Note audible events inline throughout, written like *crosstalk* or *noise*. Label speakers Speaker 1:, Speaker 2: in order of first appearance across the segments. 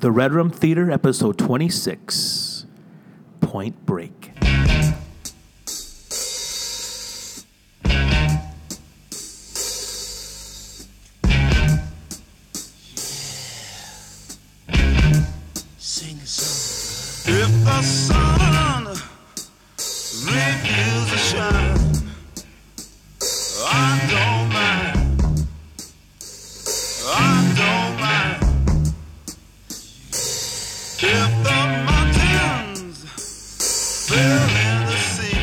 Speaker 1: The Red Room Theater, episode 26 Point Break.
Speaker 2: Sing a song. If the sun refuses to shine, I don't mind. I don't mind. If the mountains fill in the sea,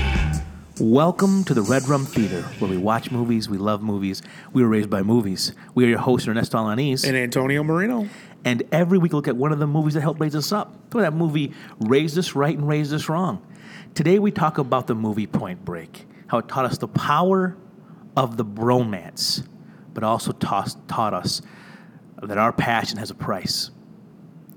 Speaker 1: Welcome to the Red Room Theater, where we watch movies, we love movies, we were raised by movies. We are your hosts, Ernesto Alanis,
Speaker 3: and
Speaker 1: and,
Speaker 3: Antonio Marino.
Speaker 1: every week we look at one of the movies that helped raise us up. So that movie raised us right and raised us wrong. Today we talk about the movie Point Break, how it taught us the power of the bromance, but also taught, taught us that our passion has a price.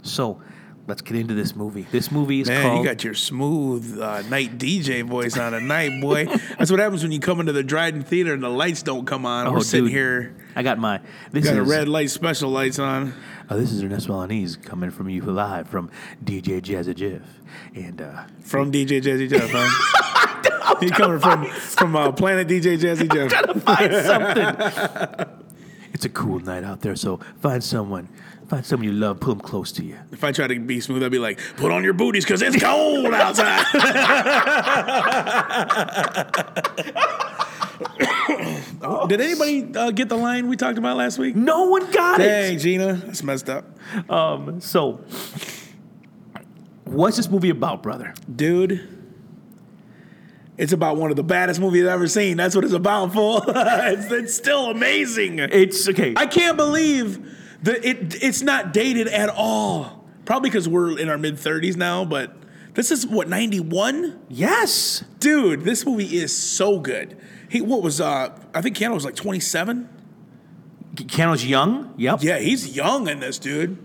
Speaker 1: So let's get into this movie. This movie is
Speaker 3: Man,
Speaker 1: called
Speaker 3: you got your smooth uh, night DJ voice on at night, boy. That's what happens when you come into the Dryden Theater and the lights don't come on. We're sitting
Speaker 1: Oh, dude.
Speaker 3: here,
Speaker 1: I got my. This
Speaker 3: got a
Speaker 1: is
Speaker 3: red light special lights on.
Speaker 1: uh, this is Ernesto Alanis coming from you live from DJ Jazzy Jeff, and uh,
Speaker 3: From DJ Jazzy Jeff, huh?
Speaker 1: *laughs*
Speaker 3: He coming from from uh, Planet DJ Jazzy Jeff.
Speaker 1: find something. it's a cool night out there, so find someone, find someone you love, pull them close to you.
Speaker 3: If I try to be smooth, I'd be like, "Put on your booties, cause it's cold outside." *laughs* Did anybody uh, get the line we talked about last week?
Speaker 1: No one got
Speaker 3: Dang, Gina, that's messed up.
Speaker 1: it. So, what's this movie about, brother?
Speaker 3: dude. It's about one of the baddest movies I've ever seen. That's what it's about, fool. *laughs* it's, it's still amazing.
Speaker 1: It's okay.
Speaker 3: I can't believe that it it's not dated at all. Probably because we're in our mid thirties now, but this is what ninety one,
Speaker 1: yes.
Speaker 3: dude. This movie is so good. He what was uh I think Keanu was like twenty seven.
Speaker 1: Keanu's young. Yep.
Speaker 3: Yeah, he's young in this, dude.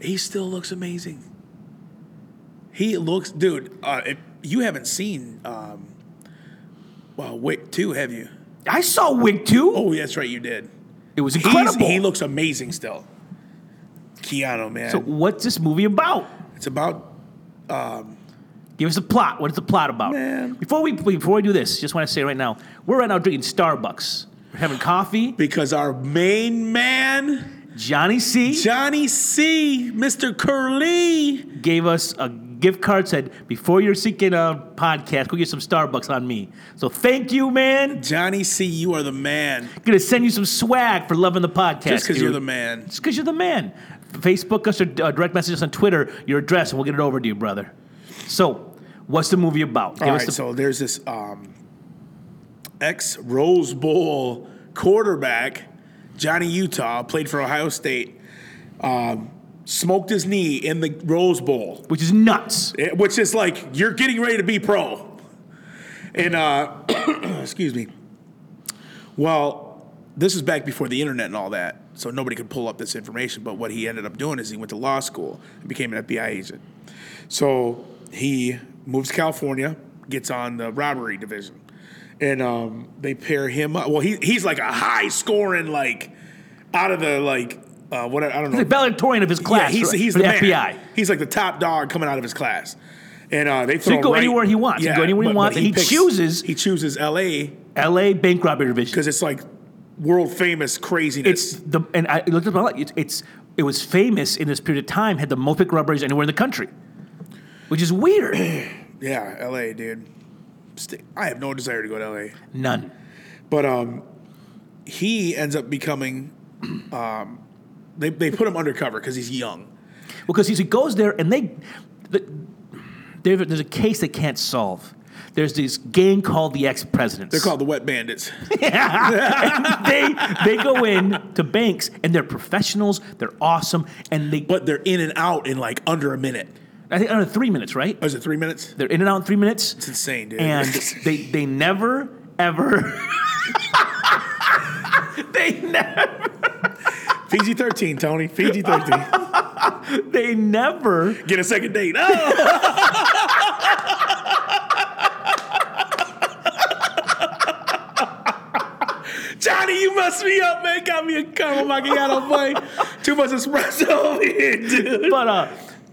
Speaker 3: He still looks amazing. He looks, dude. Uh, if you haven't seen, um, well, Wick two, have you?
Speaker 1: I saw Wig too.
Speaker 3: Oh, that's right, you did.
Speaker 1: it was
Speaker 3: He's-
Speaker 1: incredible.
Speaker 3: he looks amazing still. Keanu, man.
Speaker 1: so, what's this movie about?
Speaker 3: it's about
Speaker 1: Give us the plot. What is the plot about?
Speaker 3: Man.
Speaker 1: Before we before we do this, just want to say right now, we're right now drinking Starbucks. We're having coffee.
Speaker 3: because our main man
Speaker 1: Johnny C
Speaker 3: Johnny C, Mr. Curly.
Speaker 1: gave us a gift card. Said before you're seeking a podcast, go get some Starbucks on me. So thank you, man.
Speaker 3: Johnny C, you are the man.
Speaker 1: Gonna send you some swag for loving the podcast.
Speaker 3: Just because
Speaker 1: dude.
Speaker 3: you're the man.
Speaker 1: Just because you're the man. Facebook us or uh, direct message us on Twitter your address, and we'll get it over to you, brother. So, what's the movie about? Give
Speaker 3: All
Speaker 1: us
Speaker 3: right,
Speaker 1: the-
Speaker 3: so there's this um, ex Rose Bowl quarterback, Johnny Utah, played for Ohio State, um, smoked his knee in the Rose Bowl,
Speaker 1: which is nuts.
Speaker 3: eh, which is like you're getting ready to be pro. And uh, *clears throat* excuse me. Well, this is back before the internet and all that, so nobody could pull up this information. But what he ended up doing is he went to law school and became an FBI agent. So he moves to California, gets on the robbery division, and um, they pair him up. Well, he, he's like a high scoring, like out of the like uh, what I don't know.
Speaker 1: The valedictorian of his class.
Speaker 3: Yeah, he's,
Speaker 1: right?
Speaker 3: he's
Speaker 1: for
Speaker 3: the,
Speaker 1: the
Speaker 3: man.
Speaker 1: FBI.
Speaker 3: He's like the top dog coming out of his class. And uh, they throw
Speaker 1: he can go
Speaker 3: him right-
Speaker 1: anywhere he wants. He can go anywhere he wants, and he chooses-
Speaker 3: He chooses L.A.
Speaker 1: L.A. bank robbery division.
Speaker 3: because it's like world famous
Speaker 1: It's
Speaker 3: craziness.
Speaker 1: the and I looked up. a lot. It's, it's it was famous in this period of time. Had the most bank robberies anywhere in the country, which is weird.
Speaker 3: yeah, L.A. dude. St- I have no desire to go to L.A.
Speaker 1: None.
Speaker 3: But um, he ends up becoming. Um, they they put him undercover because he's young.
Speaker 1: because he's, he goes there and they the, there- there's a case they can't solve. There's this gang called the ex-presidents. *laughs*
Speaker 3: They're called the Wet Bandits.
Speaker 1: they they go in to banks and they're professionals. They're awesome and they.
Speaker 3: But they're in and out in like under a minute.
Speaker 1: I think under three minutes, right?
Speaker 3: Oh, is it three minutes?
Speaker 1: They're in and out in three minutes.
Speaker 3: It's insane, dude.
Speaker 1: and
Speaker 3: *laughs*
Speaker 1: they they never ever *laughs* they never
Speaker 3: PG thirteen, Tony. PG thirteen.
Speaker 1: they never
Speaker 3: Get a second date. Oh, *laughs* Johnny, you you messed me up, man. Got me a caramel macchiato, boy. Too much espresso over here, dude.
Speaker 1: But uh,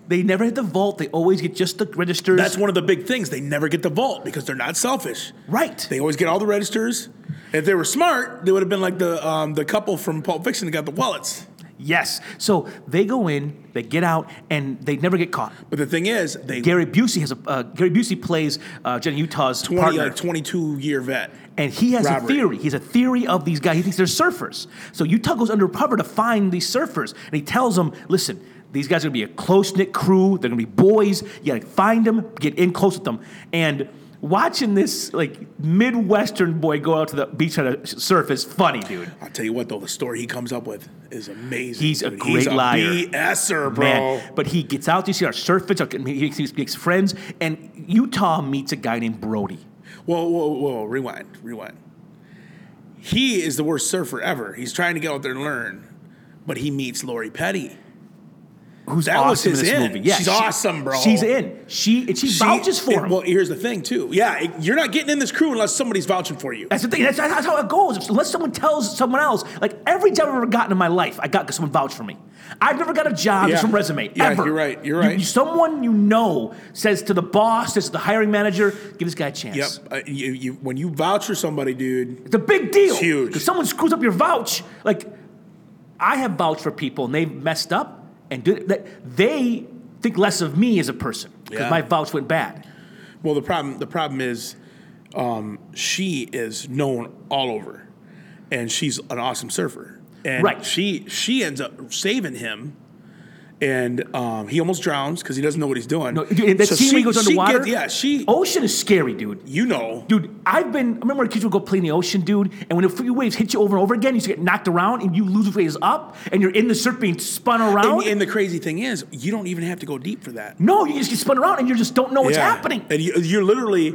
Speaker 1: they never hit the vault. They always get just the registers.
Speaker 3: That's one of the big things. They never get the vault because they're not selfish.
Speaker 1: right.
Speaker 3: They always get all the registers. If they were smart, they would have been like the um, the couple from Pulp Fiction that got the wallets.
Speaker 1: yes. So they go in, they get out, and they never get caught.
Speaker 3: But the thing is, they
Speaker 1: Gary Busey has a uh, Gary Busey plays uh, Jenny Utah's
Speaker 3: 20,
Speaker 1: partner,
Speaker 3: like 22 year vet.
Speaker 1: and he has a
Speaker 3: robbery.
Speaker 1: theory. He has a theory of these guys. He thinks they're surfers. So Utah goes undercover to find these surfers, and he tells them, "Listen, these guys are gonna be a close knit crew. They're gonna be boys. You gotta find them, get in close with them." And watching this like Midwestern boy go out to the beach trying to surf is funny, dude.
Speaker 3: I'll tell you what, though, the story he comes up with is amazing.
Speaker 1: He's a
Speaker 3: dude.
Speaker 1: great liar.
Speaker 3: BSer, bro.
Speaker 1: Man, but he gets out. You see our surfers. He makes- he makes friends, and Utah meets a guy named Brody.
Speaker 3: Whoa, whoa, whoa! Rewind, rewind. He is the worst surfer ever. He's trying to get out there and learn, but he meets Lori Petty.
Speaker 1: who's
Speaker 3: That was
Speaker 1: awesome in this
Speaker 3: his in.
Speaker 1: movie. Yeah,
Speaker 3: She's awesome, bro.
Speaker 1: She's in. She and she, vouches for
Speaker 3: it-
Speaker 1: him.
Speaker 3: Well, here's the thing, too. Yeah, it- you're not getting in this crew unless somebody's vouching for you.
Speaker 1: that's the thing. That's, that's how it goes. Unless someone tells someone else, like every job I've ever gotten in my life, I got 'cause someone vouched for me. I've never got a job
Speaker 3: Yeah.
Speaker 1: just from resume.
Speaker 3: Yeah,
Speaker 1: ever.
Speaker 3: you're right, you're
Speaker 1: You-
Speaker 3: right.
Speaker 1: you- someone you know says to the boss, says to the hiring manager, give this guy a chance.
Speaker 3: Yep. Uh, you, you, when you vouch for somebody, dude,
Speaker 1: It's a big deal.
Speaker 3: It's huge.
Speaker 1: Because someone screws up your vouch. Like, I have vouched for people and they've messed up and do, that, they think less of me as a person because
Speaker 3: Yeah.
Speaker 1: my vouch went bad.
Speaker 3: well, the problem the problem is, um, she is known all over, and she's an awesome surfer. And
Speaker 1: Right.
Speaker 3: she she ends up saving him. And um, he almost drowns because he doesn't know what he's doing.
Speaker 1: No, dude, that
Speaker 3: So
Speaker 1: scene where he goes
Speaker 3: she
Speaker 1: underwater. Oh.
Speaker 3: gets- yeah, she.
Speaker 1: Ocean is scary, dude.
Speaker 3: You know.
Speaker 1: Dude, I've been. I remember when kids would go play in the ocean, dude, and when the free waves hit you over and over again, you used to get knocked around and you lose your waves up, and you're in the surf being spun around.
Speaker 3: And, and the crazy thing is, you don't even have to go deep for that.
Speaker 1: no, you just get spun around and you just don't know what's
Speaker 3: Yeah.
Speaker 1: happening.
Speaker 3: And you, you're literally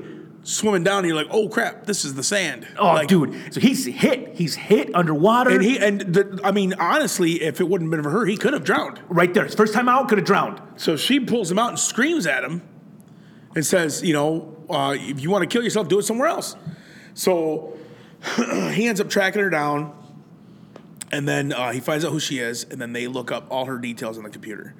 Speaker 3: swimming down, and you're like, "Oh crap, this is the sand."
Speaker 1: Oh,
Speaker 3: Like,
Speaker 1: dude. So he's hit. He's hit underwater.
Speaker 3: And he and the, I mean, honestly, if it wouldn't have been for her, he could have drowned.
Speaker 1: right there. His first time out, could have drowned.
Speaker 3: So she pulls him out and screams at him, and says, "You know, uh, if you want to kill yourself, do it somewhere else." So *clears throat* he ends up tracking her down, and then uh, he finds out who she is, and then they look up all her details on the computer.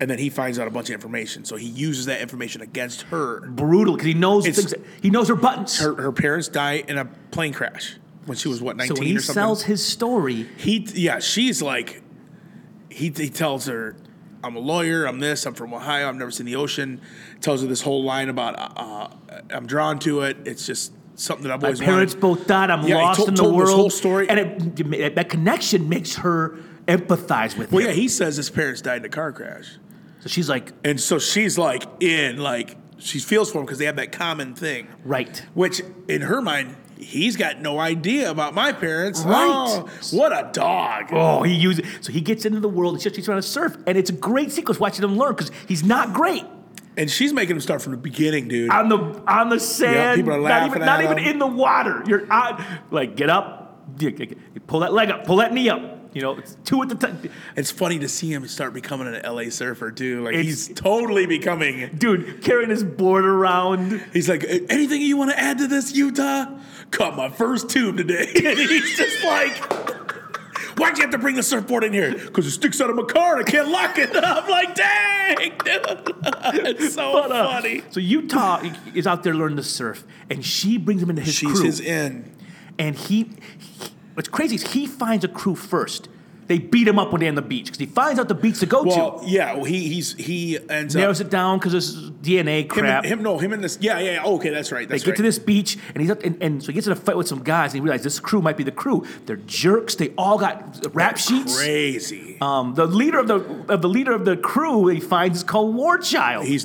Speaker 3: And then he finds out a bunch of information. So he uses that information against her.
Speaker 1: Brutal, because he knows
Speaker 3: It's-
Speaker 1: things. He knows her buttons.
Speaker 3: her, her parents die in a plane crash when she was what 19
Speaker 1: so when he
Speaker 3: or something
Speaker 1: sells his story,
Speaker 3: he yeah she's like he, he tells her i'm a lawyer i'm this i'm from ohio i've never seen the ocean tells her this whole line about uh, uh, i'm drawn to it it's just something that i've
Speaker 1: my
Speaker 3: always
Speaker 1: parents
Speaker 3: wanted.
Speaker 1: both died. I'm
Speaker 3: Yeah, he
Speaker 1: lost
Speaker 3: told-
Speaker 1: in the
Speaker 3: told
Speaker 1: world.
Speaker 3: this whole story.
Speaker 1: and it, that connection makes her empathize with
Speaker 3: well
Speaker 1: him.
Speaker 3: yeah he says his parents died in a car crash
Speaker 1: So she's like,
Speaker 3: and so she's like in like she feels for him because they have that common thing
Speaker 1: right.
Speaker 3: which in her mind he's got no idea about my parents
Speaker 1: Right.
Speaker 3: Oh, what a dog
Speaker 1: Oh, he uses so he gets into the world and she- she's trying to surf, and it's a great sequence watching him learn because he's not great
Speaker 3: and she's making him start from the beginning dude
Speaker 1: on the on the sand.
Speaker 3: people are
Speaker 1: not
Speaker 3: laughing
Speaker 1: even
Speaker 3: at
Speaker 1: not even
Speaker 3: him.
Speaker 1: in the water. You're on like get up, you- you- you pull that leg up, pull that knee up. You know, it's two at the time,
Speaker 3: It's funny to see him start becoming an LA surfer too. Like
Speaker 1: It's-
Speaker 3: he's totally becoming.
Speaker 1: dude carrying his board around.
Speaker 3: He's like, anything you want to add to this, Utah? Caught my first tube today, *laughs* and he's just like, why'd you have to bring the surfboard in here? Because it sticks out of my car and I can't lock it. *laughs* I'm like, dang, dude, *laughs* it's so
Speaker 1: But, uh,
Speaker 3: funny.
Speaker 1: So Utah is out there learning to surf, and she brings him into his
Speaker 3: She's
Speaker 1: crew.
Speaker 3: his in.
Speaker 1: and he, he- what's crazy is he finds a crew first. They beat him up when they're on the beach because he finds out the beach to go to.
Speaker 3: Well, yeah, well, he he's he ends
Speaker 1: narrows
Speaker 3: up.
Speaker 1: it down because it's DNA
Speaker 3: Him,
Speaker 1: crap.
Speaker 3: and, him, no, him and this. Yeah, yeah, yeah. Okay, that's right.
Speaker 1: they
Speaker 3: That's
Speaker 1: get
Speaker 3: right.
Speaker 1: to this beach, and he's up, and, and so he gets in a fight with some guys, and he realizes this crew might be the crew. They're jerks. They all got rap sheets.
Speaker 3: Crazy.
Speaker 1: Um, the leader of the of the leader of the crew he finds is called Warchild.
Speaker 3: he's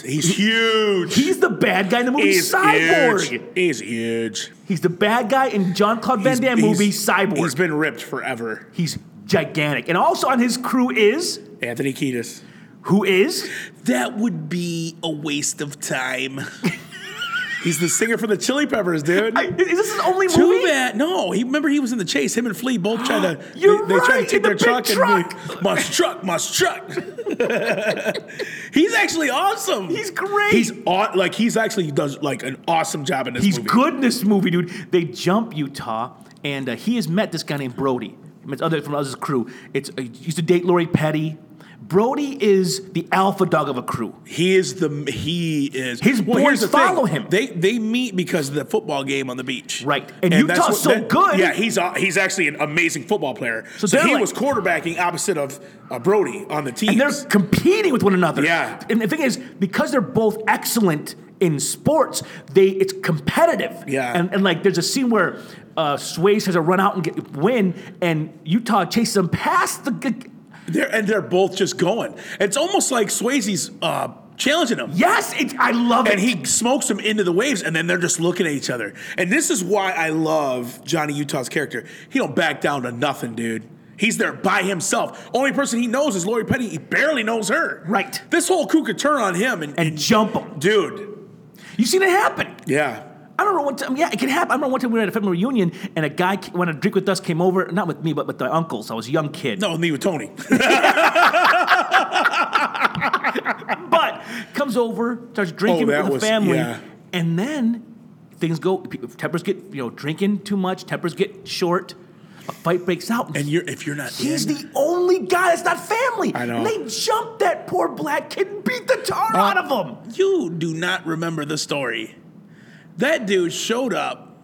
Speaker 1: *laughs*
Speaker 3: He's huge.
Speaker 1: He's the bad guy in the movie Cyborg.
Speaker 3: Huge. He's huge.
Speaker 1: He's the bad guy in John Claude Van
Speaker 3: He's-
Speaker 1: Damme movie
Speaker 3: he's-
Speaker 1: Cyborg.
Speaker 3: He's been ripped forever.
Speaker 1: He's gigantic. And also on his crew is
Speaker 3: Anthony Kiedis.
Speaker 1: who is
Speaker 3: That would be a waste of time. *laughs* he's the singer for the Chili Peppers, dude.
Speaker 1: I- is this his only
Speaker 3: Too
Speaker 1: movie?
Speaker 3: bad. No, he remember he was in the chase. Him and Flea both tried to.
Speaker 1: *gasps* You're
Speaker 3: they, they tried
Speaker 1: right,
Speaker 3: to *laughs*
Speaker 1: in
Speaker 3: take
Speaker 1: the
Speaker 3: their
Speaker 1: big
Speaker 3: truck, *laughs* and be, my truck, my truck. He's actually awesome.
Speaker 1: He's great.
Speaker 3: He's aw- like he's actually does like an awesome job in this
Speaker 1: He's
Speaker 3: movie.
Speaker 1: good in this movie, dude. They jump Utah, and uh, he has met this guy named Brody from his other from his crew. It's uh, he used to date Lori Petty. Brody is the alpha dog of a crew.
Speaker 3: He is the he is
Speaker 1: His
Speaker 3: here's
Speaker 1: boys
Speaker 3: the thing.
Speaker 1: follow him.
Speaker 3: They they meet because of the football game on the beach.
Speaker 1: Right. And
Speaker 3: that's
Speaker 1: Utah's so good.
Speaker 3: Yeah, he's a, he's actually an amazing football player. So,
Speaker 1: they're
Speaker 3: he
Speaker 1: like-
Speaker 3: was quarterbacking opposite of uh, Brody on the team.
Speaker 1: And they're competing with one another.
Speaker 3: Yeah.
Speaker 1: And the thing is, because they're both excellent in sports, they it's competitive.
Speaker 3: Yeah.
Speaker 1: And, and like, there's a scene where uh, Swayze has a run out and get, win, and Utah chases him past the. g-
Speaker 3: They're- and they're both just going. It's almost like Swayze's uh, challenging him.
Speaker 1: Yes, it's, I love it.
Speaker 3: And he smokes them into the waves, and then they're just looking at each other. And this is why I love Johnny Utah's character. He don't back down to nothing, dude. He's there by himself. Only person he knows is Lori Petty. He barely knows her.
Speaker 1: Right.
Speaker 3: This whole coup could turn on him, and,
Speaker 1: and jump him.
Speaker 3: dude,
Speaker 1: You've seen it happen.
Speaker 3: yeah,
Speaker 1: I don't know one time. Yeah, it can happen. I remember one time we were at a family reunion, and a guy ca- when a drink with us came over, not with me, but with my uncles. I was a young kid.
Speaker 3: no, me with Tony.
Speaker 1: but comes over, starts drinking
Speaker 3: Oh, that
Speaker 1: with the
Speaker 3: was-
Speaker 1: family,
Speaker 3: yeah.
Speaker 1: and then things go. pe- Tempers get you know drinking too much. Tempers get short. A fight breaks out.
Speaker 3: *laughs* and you're if you're not
Speaker 1: He's
Speaker 3: in-
Speaker 1: the only guy that's not family.
Speaker 3: I know. Uh,
Speaker 1: And they jumped that poor black kid and beat the tar out of him.
Speaker 3: You do not remember the story. That dude showed up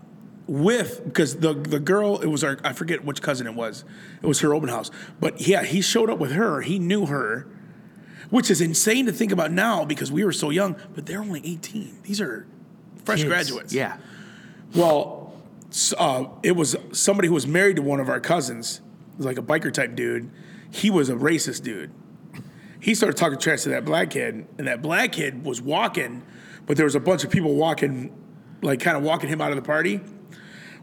Speaker 3: with because the the girl it was our I forget which cousin it was. It was her open house, but yeah, he showed up with her. He knew her, which is insane to think about now because we were so young. But they're only eighteen. These are fresh
Speaker 1: Kids.
Speaker 3: graduates.
Speaker 1: Yeah.
Speaker 3: Well, s- uh, it was somebody who was married to one of our cousins, It was like a biker type dude. He was a racist dude. He started talking trash to that black kid, and that black kid was walking, but there was a bunch of people walking, like kind of walking him out of the party.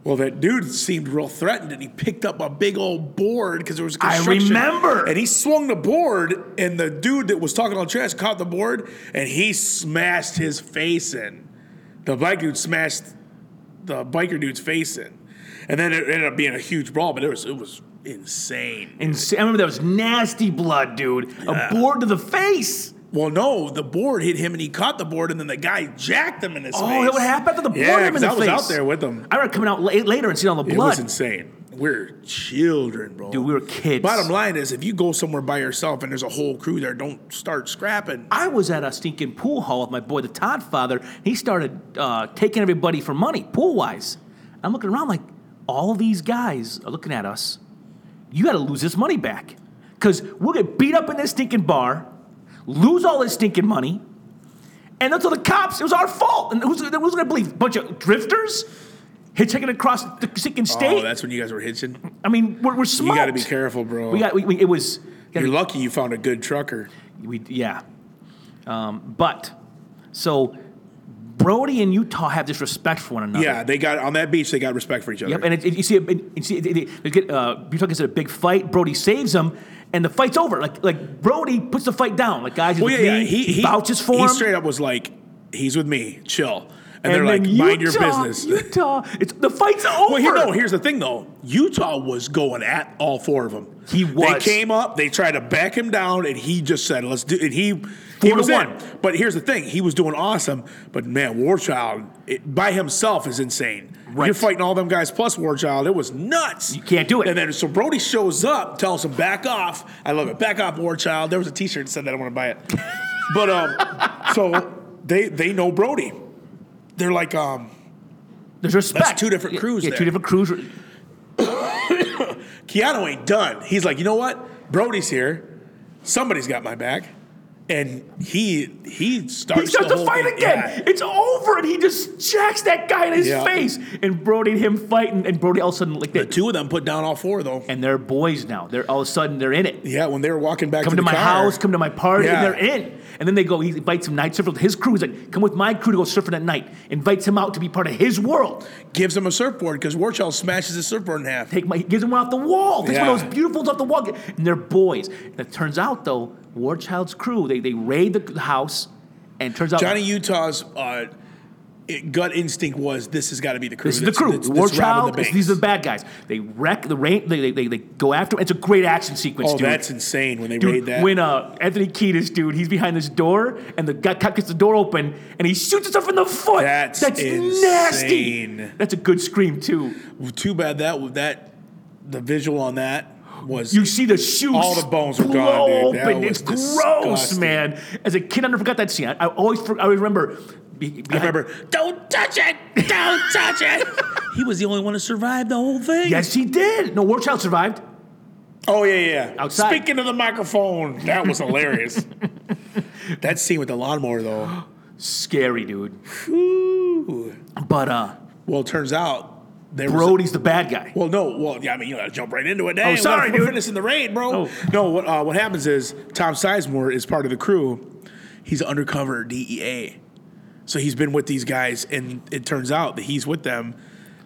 Speaker 3: Well, that dude seemed real threatened, and he picked up a big old board because there was
Speaker 1: I
Speaker 3: construction.
Speaker 1: remember.
Speaker 3: And he swung the board, and the dude that was talking all trash caught the board, and he smashed his face in. The black dude smashed the biker dude's face in, and then it ended up being a huge brawl. But it was it was insane.
Speaker 1: And s- I remember that was nasty blood, dude. A board to the face.
Speaker 3: Well, no, the board hit him, and he caught the board, and then the guy jacked him in his
Speaker 1: Oh,
Speaker 3: face.
Speaker 1: that would happen after the board
Speaker 3: Yeah,
Speaker 1: him in
Speaker 3: 'cause
Speaker 1: the
Speaker 3: I was
Speaker 1: face.
Speaker 3: out there with him.
Speaker 1: I remember coming out la- later and seeing all the
Speaker 3: It
Speaker 1: blood.
Speaker 3: was insane. We're children, bro.
Speaker 1: Dude, we were kids.
Speaker 3: Bottom line is, if you go somewhere by yourself and there's a whole crew there, don't start scrapping.
Speaker 1: I was at a stinking pool hall with my boy, the Todd father. He started uh, taking everybody for money, pool wise. I'm looking around like, all these guys are looking at us. You got to lose this money back. Because we'll get beat up in this stinking bar, lose all this stinking money, and that's all the cops. It was our fault. And who's, who's going to believe? Bunch of drifters? Hitchhiking across the stinking
Speaker 3: Oh,
Speaker 1: state?
Speaker 3: that's when you guys were hitching.
Speaker 1: I mean, we're, we're smoked.
Speaker 3: You got to be careful, bro.
Speaker 1: We got, we, we, it was.
Speaker 3: You're lucky you found a good trucker.
Speaker 1: We yeah, um, but so Brody and Utah have this respect for one another.
Speaker 3: Yeah, they got on that beach. They got respect for each other.
Speaker 1: Yep, and it, it- you see, it, it- you see, it, it, it- they get, uh, Utah gets in a big fight. Brody saves him, and the fight's over. Like like Brody puts the fight down. Like guys, he's
Speaker 3: Well, yeah,
Speaker 1: with
Speaker 3: yeah.
Speaker 1: me.
Speaker 3: He, he
Speaker 1: vouches for
Speaker 3: he
Speaker 1: him.
Speaker 3: straight up was like, "He's with me, chill." And,
Speaker 1: and
Speaker 3: they're like,
Speaker 1: then
Speaker 3: "Mind your
Speaker 1: Utah-
Speaker 3: business." *laughs*
Speaker 1: Utah, it's the fight's over.
Speaker 3: Well, here, no. Here's the thing, though. Utah was going at all four of them.
Speaker 1: He was.
Speaker 3: They came up. They tried to back him down, and he just said, "Let's do." And he, he
Speaker 1: to
Speaker 3: was
Speaker 1: one.
Speaker 3: in. But here's the thing: he was doing awesome. But man, Warchild it, by himself is insane.
Speaker 1: Right.
Speaker 3: You're fighting all them guys plus Warchild. It was nuts.
Speaker 1: You can't do it.
Speaker 3: And then so Brody shows up, tells him back off. I love it. Back off, Warchild. There was a T-shirt that said that. I want to buy
Speaker 1: *laughs*
Speaker 3: it. but um, so they they know Brody. They're like um.
Speaker 1: there's respect.
Speaker 3: two different
Speaker 1: Yeah,
Speaker 3: crews
Speaker 1: Yeah, two
Speaker 3: there.
Speaker 1: different crews.
Speaker 3: Keanu ain't done. He's like, you know what? Brody's here. Somebody's got my back. And he he starts,
Speaker 1: He starts
Speaker 3: the
Speaker 1: to
Speaker 3: whole
Speaker 1: fight
Speaker 3: thing.
Speaker 1: again.
Speaker 3: Yeah.
Speaker 1: It's over, and he just jacks that guy in his
Speaker 3: Yeah.
Speaker 1: face. And Brody and him fighting, and Brody all of a sudden like
Speaker 3: The
Speaker 1: that.
Speaker 3: two of them put down all four though.
Speaker 1: and they're boys now. They're all of a sudden they're in it.
Speaker 3: Yeah, when they were walking back
Speaker 1: Come to,
Speaker 3: to, the
Speaker 1: my
Speaker 3: car,
Speaker 1: house, come to my party,
Speaker 3: Yeah.
Speaker 1: and they're in. And then they go. He invites some night surfers. with His crew He's like, "Come with my crew to go surfing at night." Invites him out to be part of his world.
Speaker 3: gives him a surfboard because Warchild smashes his surfboard in half.
Speaker 1: Take my he gives him one off the wall. Takes one of
Speaker 3: Yeah.
Speaker 1: those beautiful ones off the wall, and they're boys. And it turns out though, Warchild's crew they they raid the house, and it turns out
Speaker 3: Johnny Utah's uh, it, gut instinct was this has got to be the crew.
Speaker 1: This is the
Speaker 3: that's-
Speaker 1: crew.
Speaker 3: that's-
Speaker 1: War
Speaker 3: that's robbing
Speaker 1: Child.
Speaker 3: the
Speaker 1: it's- these are
Speaker 3: banks.
Speaker 1: the bad guys. They wreck the rain. They, they, they, they go after. It's a great action sequence,
Speaker 3: Oh,
Speaker 1: dude.
Speaker 3: that's insane when they raid
Speaker 1: Dude,
Speaker 3: that.
Speaker 1: when uh, Anthony Kiedis, dude, he's behind this door, and the guy cop gets the door open, and he shoots himself in the foot.
Speaker 3: That's
Speaker 1: nasty.
Speaker 3: insane.
Speaker 1: That's a good scream too.
Speaker 3: Too bad that that the visual on that was
Speaker 1: You see the shoes,
Speaker 3: All the bones were
Speaker 1: blow
Speaker 3: gone, dude. That
Speaker 1: open. it's
Speaker 3: was
Speaker 1: gross,
Speaker 3: disgusting.
Speaker 1: man. As a kid, I never forgot that scene. I, I always, for, I always remember. be-
Speaker 3: I
Speaker 1: behind-
Speaker 3: remember, don't touch it! Don't touch it! *laughs* he was the only one to survive the whole thing.
Speaker 1: Yes, he did. No, War Child survived.
Speaker 3: Oh yeah, yeah.
Speaker 1: Outside.
Speaker 3: Speaking of the microphone, that was
Speaker 1: *laughs*
Speaker 3: hilarious. that scene with the lawnmower, though.
Speaker 1: Scary, dude.
Speaker 3: Ooh.
Speaker 1: But uh,
Speaker 3: Well, it turns out there was.
Speaker 1: Brody's the bad guy.
Speaker 3: well, no. Well, yeah. I mean, you gotta jump right into it. Dang,
Speaker 1: Oh, sorry,
Speaker 3: we're
Speaker 1: dude.
Speaker 3: finishing the raid, bro.
Speaker 1: Oh.
Speaker 3: No. What uh, What happens is Tom Sizemore is part of the crew. He's an undercover DEA, so he's been with these guys, and it turns out that he's with them.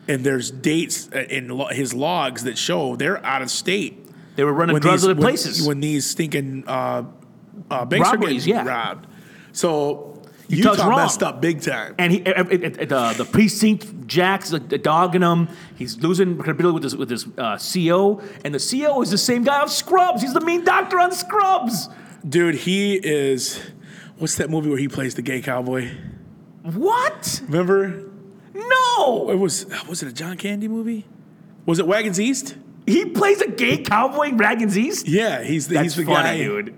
Speaker 3: And there's dates uh, in lo- his logs that show they're out of state.
Speaker 1: They were running
Speaker 3: when
Speaker 1: drugs
Speaker 3: these-
Speaker 1: other
Speaker 3: when-
Speaker 1: places.
Speaker 3: When, these stinking uh, uh, banks
Speaker 1: Robberies,
Speaker 3: are getting
Speaker 1: yeah.
Speaker 3: robbed. So
Speaker 1: Utah's
Speaker 3: Utah
Speaker 1: wrong.
Speaker 3: messed up big time.
Speaker 1: and he, at, at- at the, the precinct, Jack's a, a dogging him. He's losing credibility with his with his uh, CO, and the CO is the same guy of Scrubs. He's the mean doctor on Scrubs.
Speaker 3: Dude, he is. What's that movie where he plays the gay cowboy?
Speaker 1: What?
Speaker 3: Remember? It
Speaker 1: No,
Speaker 3: was was it a John Candy movie? Was it Wagons East?
Speaker 1: he plays a gay cowboy in Dragons East.
Speaker 3: Yeah, he's the,
Speaker 1: That's
Speaker 3: he's the
Speaker 1: funny,
Speaker 3: guy.
Speaker 1: dude.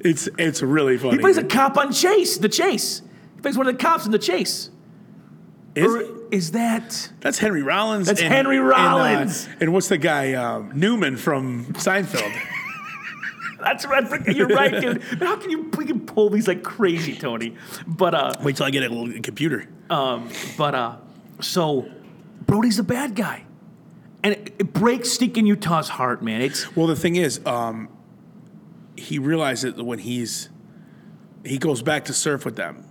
Speaker 3: It's it's really funny.
Speaker 1: He plays a
Speaker 3: dude.
Speaker 1: cop on Chase, the Chase. He plays one of the cops in the Chase.
Speaker 3: Is-
Speaker 1: Or is that?
Speaker 3: that's Henry Rollins.
Speaker 1: That's Henry
Speaker 3: and, uh,
Speaker 1: Rollins.
Speaker 3: And, what's the guy um, Newman from Seinfeld?
Speaker 1: That's right. You're right, dude. How can you we can pull these like crazy, Tony? But uh,
Speaker 3: Wait till I get a little computer.
Speaker 1: Um, but uh, so Brody's the bad guy, and it, it breaks stinking Utah's heart, man. It's
Speaker 3: Well, the thing is, um, he realizes that when he's he goes back to surf with them,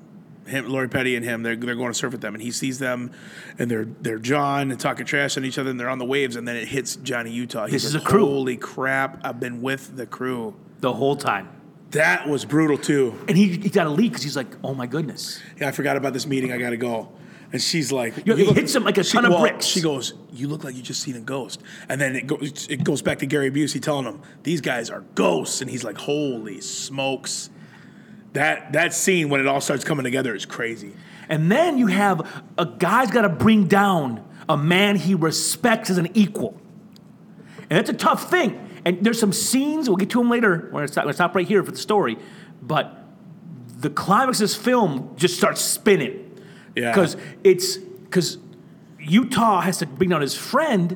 Speaker 3: him, Lori Petty and him, they're they're going to surf with them, and he sees them, and they're they're John and talking trash on each other, and they're on the waves, and then it hits Johnny Utah. He's
Speaker 1: This is
Speaker 3: like,
Speaker 1: a crew.
Speaker 3: Holy crap! I've been with the crew.
Speaker 1: the whole time,
Speaker 3: That was brutal too.
Speaker 1: and he he got a lead because he's like, oh my goodness,
Speaker 3: Yeah, I forgot about this meeting. I got to go. And she's like,
Speaker 1: You know,
Speaker 3: "You
Speaker 1: it hits him like a
Speaker 3: she-
Speaker 1: ton of
Speaker 3: well,
Speaker 1: bricks.
Speaker 3: She goes, "You look like you just seen a ghost." And then it goes, it goes back to Gary Busey telling him, "These guys are ghosts," and he's like, "Holy smokes!" That that scene when it all starts coming together is crazy.
Speaker 1: and then you have a guy's got to bring down a man he respects as an equal, and that's a tough thing. And there's some scenes we'll get to them later. We're gonna stop, we're gonna stop right here for the story, but the climax of this film just starts spinning.
Speaker 3: Yeah,
Speaker 1: because it's because Utah has to bring down his friend,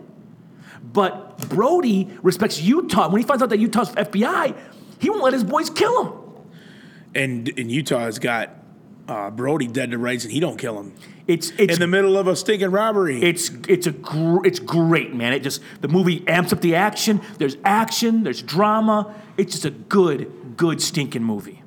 Speaker 1: but Brody respects Utah. When he finds out that Utah's FBI, he won't let his boys kill him.
Speaker 3: and and Utah has got uh, Brody dead to rights, and he don't kill him
Speaker 1: It's it's
Speaker 3: in the middle of a stinking robbery.
Speaker 1: it's it's a gr- it's great, man. It just the movie amps up the action. There's action, there's drama. It's just a good good stinking movie.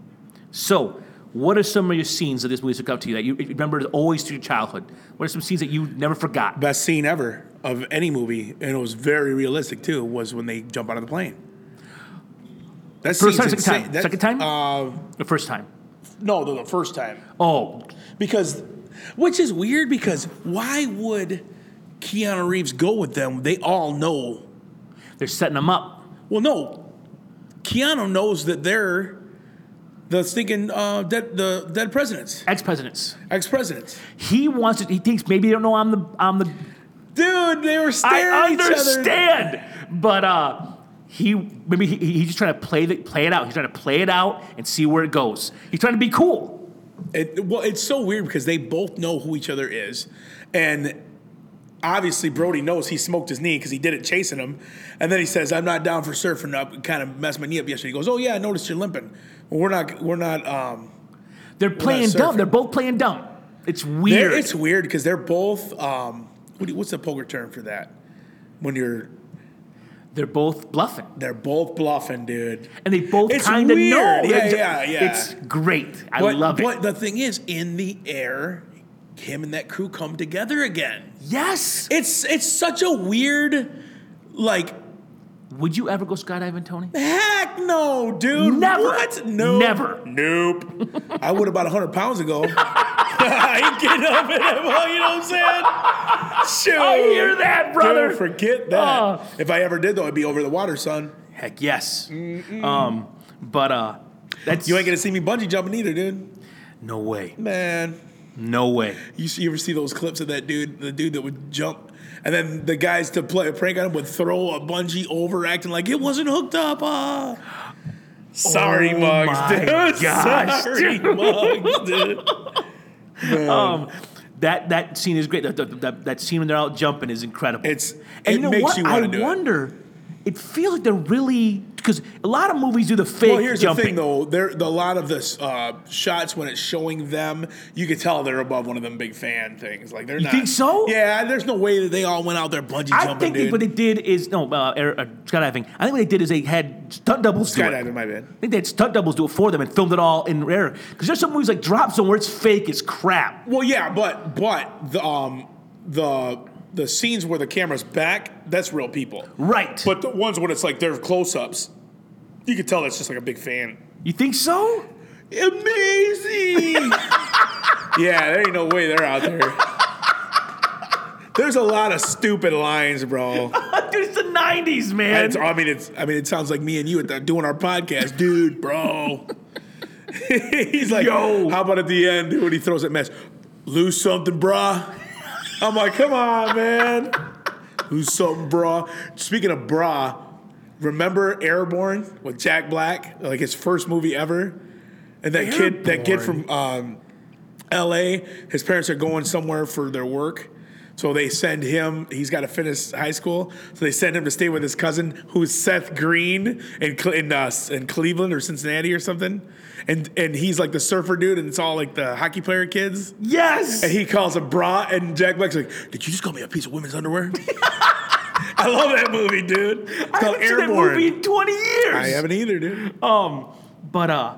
Speaker 1: So. What are some of your scenes that this movie stuck out to you that you remember always through your childhood? What are some scenes that you never forgot?
Speaker 3: Best scene ever of any movie, and it was very realistic too. Was when they jump out of the plane. That
Speaker 1: First time, second
Speaker 3: scene's
Speaker 1: time?
Speaker 3: insane. That-
Speaker 1: Second time?
Speaker 3: Uh,
Speaker 1: The first time.
Speaker 3: No, the, the first time.
Speaker 1: Oh,
Speaker 3: Because, which is weird because why would Keanu Reeves go with them? They all know.
Speaker 1: they're setting them up.
Speaker 3: Well, no, Keanu knows that they're the stinking uh, dead, the dead presidents,
Speaker 1: ex presidents.
Speaker 3: ex presidents.
Speaker 1: He wants to. He thinks maybe they don't know I'm the. I'm the.
Speaker 3: Dude, they were staring
Speaker 1: I
Speaker 3: at each other.
Speaker 1: understand, but uh, he maybe he, he's just trying to play the, play it out. He's trying to play it out and see where it goes. He's trying to be cool.
Speaker 3: It, well, it's so weird because they both know who each other is, and obviously Brody knows he smoked his knee because he did it chasing him, and then he says, "I'm not down for surfing up." Kind of messed my knee up yesterday. He goes, "Oh yeah, I noticed you're limping." Well, we're not. We're not. Um,
Speaker 1: They're playing
Speaker 3: surfing.
Speaker 1: dumb. They're both playing dumb. It's
Speaker 3: they're-
Speaker 1: weird.
Speaker 3: it's weird because they're both. Um, what do you, what's the poker term for that? When you're,
Speaker 1: they're both bluffing,
Speaker 3: they're both bluffing, dude.
Speaker 1: and they both
Speaker 3: It's
Speaker 1: kind of
Speaker 3: weird.
Speaker 1: know.
Speaker 3: Yeah,
Speaker 1: It's-
Speaker 3: yeah, yeah.
Speaker 1: It's great. I
Speaker 3: but,
Speaker 1: love
Speaker 3: But
Speaker 1: it.
Speaker 3: the thing is, in the air, him and that crew come together again.
Speaker 1: Yes.
Speaker 3: It's it's such a weird, like
Speaker 1: Would you ever go skydiving, Tony?
Speaker 3: Heck no, dude.
Speaker 1: Never.
Speaker 3: What? No.
Speaker 1: Never.
Speaker 3: *laughs* Nope. I would have about 100 pounds ago. *laughs* I get up and I'm, all- you know what I'm saying? Shoot.
Speaker 1: I hear that, brother.
Speaker 3: Don't forget that.
Speaker 1: Oh.
Speaker 3: If I ever did, though, I'd be over the water, son.
Speaker 1: Heck yes. Um, but uh, that's
Speaker 3: You ain't gonna see me bungee jumping either, dude.
Speaker 1: no way,
Speaker 3: Man,
Speaker 1: no way.
Speaker 3: you, see, you ever see those clips of that dude, the dude that would jump, and then the guys to play a prank on him would throw a bungee over, acting like it wasn't hooked up. Ah. Sorry,
Speaker 1: Oh
Speaker 3: mugs,
Speaker 1: my
Speaker 3: dude.
Speaker 1: gosh, *laughs*
Speaker 3: Sorry, mugs, dude.
Speaker 1: Um, that that scene is great. That, that, that, that scene when they're out jumping is incredible.
Speaker 3: It's-
Speaker 1: and
Speaker 3: it
Speaker 1: you know
Speaker 3: makes
Speaker 1: what?
Speaker 3: you wanna
Speaker 1: I
Speaker 3: do it.
Speaker 1: wonder. It feels like they're really because a lot of movies do the fake
Speaker 3: Well, here's
Speaker 1: jumping.
Speaker 3: the thing, though. There, the, a lot of the uh, shots when it's showing them, you could tell they're above one of them big fan things. Like they're you not.
Speaker 1: think so?
Speaker 3: Yeah, there's no way that they all went out there bungee
Speaker 1: I
Speaker 3: jumping,
Speaker 1: think they,
Speaker 3: dude.
Speaker 1: what they did is no uh, air, uh, skydiving. I think what they did is they had stunt doubles do it.
Speaker 3: Skydiving, my bad.
Speaker 1: I think they had stunt doubles do it for them and filmed it all in air. Because there's some movies like Drop Zone where it's fake, it's crap.
Speaker 3: Well, yeah, but but the um the the scenes where the camera's back, that's real people.
Speaker 1: Right.
Speaker 3: But the ones when it's like they're close ups, you could tell that's just like a big fan.
Speaker 1: you think so? *laughs*
Speaker 3: Amazing. *laughs* yeah, there ain't no way they're out there. There's a lot of stupid lines, bro.
Speaker 1: Dude, it's the 90s, man.
Speaker 3: It's- I mean, it's. I mean, it sounds like me and you at the, doing our podcast, dude, bro. *laughs* He's like,
Speaker 1: Yo.
Speaker 3: how about at the end when he throws that mess? Lose something, brah. I'm like, come on, man. Lose something, brah. Speaking of brah, remember Airborne with Jack Black, like his first movie ever, and that kid, that kid
Speaker 1: Airborne.
Speaker 3: from um, L.A. His parents are going somewhere for their work. So they send him. He's got to finish high school. So they send him to stay with his cousin, who's Seth Green in Cle- in, uh, in Cleveland or Cincinnati or something. And and he's like the surfer dude, and it's all like the hockey player kids.
Speaker 1: yes.
Speaker 3: And he calls him bra, and Jack Black's like, "Did you just call me a piece of women's underwear?" *laughs* I love that movie, dude. It's
Speaker 1: I
Speaker 3: called
Speaker 1: haven't seen that
Speaker 3: Airborne.
Speaker 1: movie in 20 years.
Speaker 3: I haven't either, dude.
Speaker 1: Um, but uh,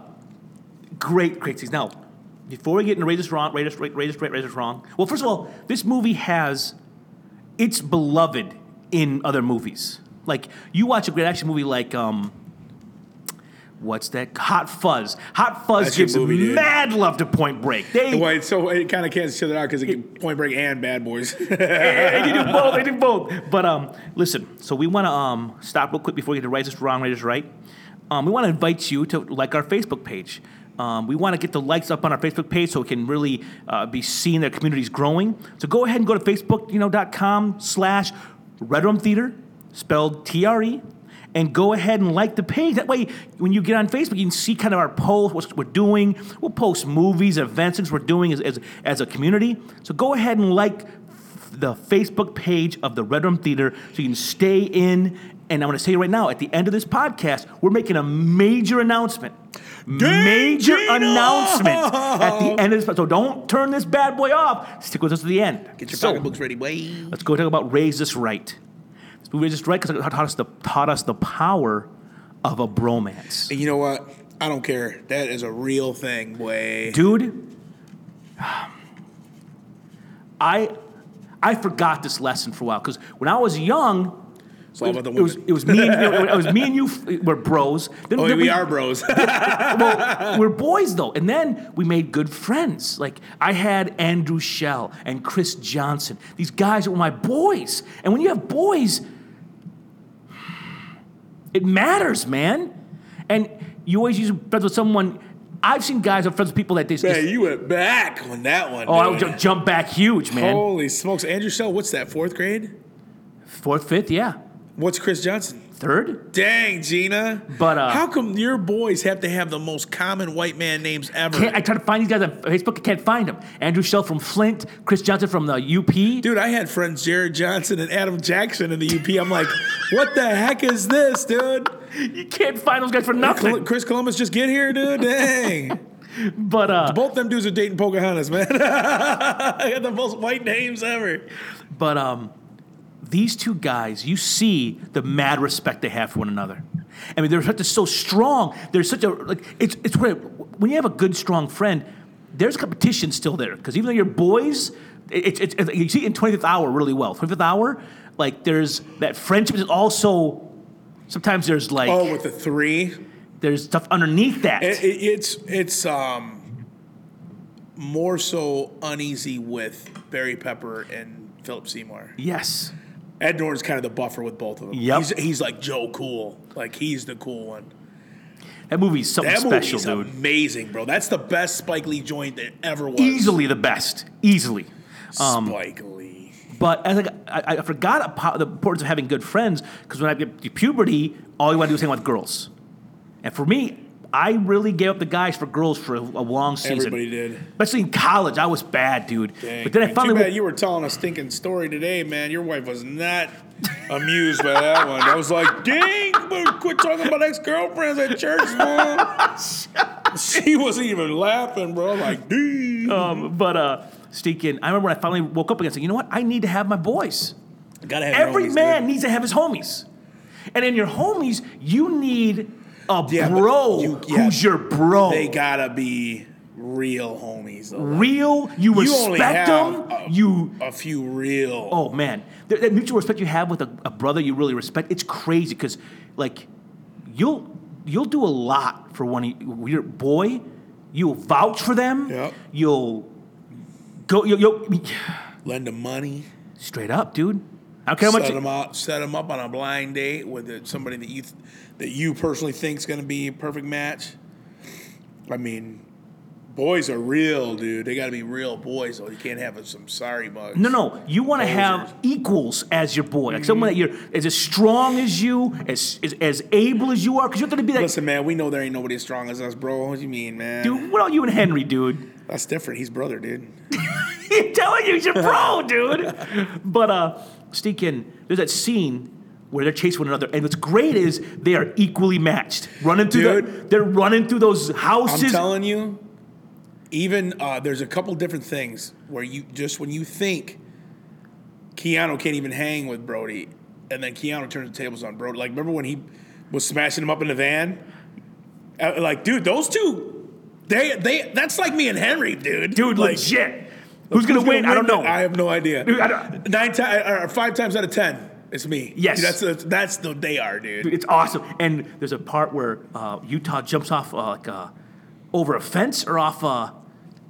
Speaker 1: great, great scenes. Now, before we get into Raiders Wrong, Raiders, Ra- Raiders, Ra- Raiders Wrong. Well, first of all, this movie has it's beloved in other movies. Like you watch a great action movie like um, what's that? Hot Fuzz. Hot Fuzz
Speaker 3: That's a good
Speaker 1: gives
Speaker 3: movie, dude.
Speaker 1: mad love to Point Break. They
Speaker 3: Wait, so it kind of cancels each other out because it can Point Break and Bad Boys. *laughs*
Speaker 1: *laughs* they do both. They do both. But um, listen. So we want to um stop real quick before we get to right is wrong, right is right. Um, we want to invite you to like our Facebook page. Um, we want to get the likes up on our Facebook page so it can really uh, be seen. Our community's growing. So go ahead and go to Facebook, you know, dot com slash Red Room Theater, spelled T R E. And go ahead and like the page. That way, when you get on Facebook, you can see kind of our polls, what we're doing. We'll post movies, events, things we're doing as, as, as a community. So go ahead and like the Facebook page of the Red Room Theater so you can stay in. And I'm going to say right now, at the end of this podcast, we're making a major announcement. Major
Speaker 3: Gino!
Speaker 1: announcement at the end of this. pod- So don't turn this bad boy off. Stick with us to the end.
Speaker 3: Get your
Speaker 1: So,
Speaker 3: pocketbooks ready, boy.
Speaker 1: Let's go talk about Raise This Right. This movie Raise This Right because it taught us, the, taught us the power of a bromance.
Speaker 3: You know what? I don't care. That is a real thing, boy.
Speaker 1: Dude, *sighs* I, I forgot this lesson for a while because when I was young,
Speaker 3: It's all about the
Speaker 1: It was,
Speaker 3: women.
Speaker 1: it was me. And, it was me and
Speaker 3: *laughs*
Speaker 1: you. f- We're bros. Then,
Speaker 3: Oh,
Speaker 1: then
Speaker 3: we
Speaker 1: *laughs*
Speaker 3: are bros. *laughs*
Speaker 1: well, we're boys though, and then we made good friends. Like I had Andrew Shell and Chris Johnson. These guys were my boys. And when you have boys, it matters, man. And you always use friends with someone. I've seen guys are friends with people that they.
Speaker 3: Man,
Speaker 1: just,
Speaker 3: you went back on that one.
Speaker 1: oh, I would
Speaker 3: dude.
Speaker 1: ju- jump back huge, man.
Speaker 3: Holy smokes. Andrew Shell, what's that, fourth grade?
Speaker 1: Fourth, fifth, yeah,
Speaker 3: What's Chris Johnson?
Speaker 1: third.
Speaker 3: Dang, Gina.
Speaker 1: But, uh,
Speaker 3: how come your boys have to have the most common white man names ever?
Speaker 1: Can't, I try to find these guys on Facebook. I can't find them. Andrew Shell from Flint, Chris Johnson from the UP.
Speaker 3: Dude, I had friends Jared Johnson and Adam Jackson in the UP. I'm like, what the heck is this, dude?
Speaker 1: You can't find those guys for
Speaker 3: Col-
Speaker 1: nothing.
Speaker 3: Chris Columbus just get here, dude. Dang.
Speaker 1: But uh,
Speaker 3: Both them dudes are dating Pocahontas, man. *laughs* I got the most white names ever.
Speaker 1: but um, these two guys, you see the mad respect they have for one another. I mean, their respect is so strong. There's such a like it's it's where when you have a good strong friend, there's competition still there because even though you're boys, it's it's it's you see it in 25th hour really well. 25th hour, like there's that friendship is also sometimes there's like
Speaker 3: Oh, with the three,
Speaker 1: there's stuff underneath that.
Speaker 3: It- it- it's it's um, more so uneasy with Barry Pepper and Philip Seymour.
Speaker 1: Yes.
Speaker 3: Ed Norton's kind of the buffer with both of them.
Speaker 1: Yep.
Speaker 3: He's, he's like Joe Cool. Like he's the cool one.
Speaker 1: That movie's something
Speaker 3: That
Speaker 1: special,
Speaker 3: movie's
Speaker 1: dude.
Speaker 3: amazing, bro. That's the best Spike Lee joint that ever was.
Speaker 1: Easily the best. Easily. um,
Speaker 3: Spike Lee.
Speaker 1: But as I, got- I, I forgot about the importance of having good friends because when I get to puberty, all you want to do is hang out with girls. And for me, I really gave up the guys for girls for a, a long season.
Speaker 3: Everybody did.
Speaker 1: Especially in college, I was bad, dude.
Speaker 3: Dang,
Speaker 1: but then I
Speaker 3: man.
Speaker 1: finally
Speaker 3: Too bad you were telling a stinking story today, man. Your wife was not *laughs* amused by that one. I was like, dang, but quit talking about ex girlfriends at church,
Speaker 1: *laughs*
Speaker 3: mom. she wasn't even laughing, bro. I'm like, dang.
Speaker 1: um, but uh, Steakin, I remember when I finally woke up again. Said, you know what? I need to have my boys.
Speaker 3: Gotta have
Speaker 1: Every
Speaker 3: homies,
Speaker 1: man
Speaker 3: dude.
Speaker 1: needs to have his homies, and in your homies, you need a
Speaker 3: Yeah, but
Speaker 1: bro
Speaker 3: you- yeah.
Speaker 1: who's your bro.
Speaker 3: They gotta be real homies, though.
Speaker 1: Real, you
Speaker 3: only
Speaker 1: respect
Speaker 3: have
Speaker 1: them.
Speaker 3: a-
Speaker 1: you
Speaker 3: A few real.
Speaker 1: oh man, Th- that mutual respect you have with a, a brother you really respect, it's crazy because like you'll you'll do a lot for one e- your boy. You'll vouch for them.
Speaker 3: Yep.
Speaker 1: You'll go. You'll, you'll *sighs*
Speaker 3: Lend them money.
Speaker 1: straight up, dude. I don't care how
Speaker 3: set
Speaker 1: much.
Speaker 3: them up, set 'em up on a blind date with uh, somebody that you th- that you personally think is going to be a perfect match. I mean, boys are real, dude. They got to be real boys, or you can't have some sorry mugs.
Speaker 1: No, no. You want to have equals as your boy, like someone that you're
Speaker 3: Mm-hmm.
Speaker 1: is as strong as you, as as, as able as you are, because you're going to be like,
Speaker 3: Listen, man, we know there ain't nobody as strong as us, bro. What do you mean, man?
Speaker 1: dude. What are you and Henry, dude? *laughs*
Speaker 3: That's different. He's brother, dude.
Speaker 1: I'm telling you, he's your
Speaker 3: *laughs*
Speaker 1: pro, dude. But uh, Steakin, there's that scene where they're chasing one another, and what's great is they are equally matched, running through. The,
Speaker 3: Dude.
Speaker 1: they're running through those
Speaker 3: I'm
Speaker 1: houses.
Speaker 3: telling you, even uh, there's a couple different things where you just when you think Keanu can't even hang with Brody, and then Keanu turns the tables on Brody. Like remember when he was smashing him up in the van? Uh, like, dude, those two, they they that's like me and Henry, dude.
Speaker 1: dude,
Speaker 3: like,
Speaker 1: legit. Who's gonna, win? I don't know.
Speaker 3: I have no idea.
Speaker 1: Dude, I don't-
Speaker 3: Nine times or five times out of ten, it's me.
Speaker 1: Yes.
Speaker 3: Dude, that's the, that's the they are, dude.
Speaker 1: Dude, it's awesome. And there's a part where uh, Utah jumps off uh, like uh, over a fence or off uh,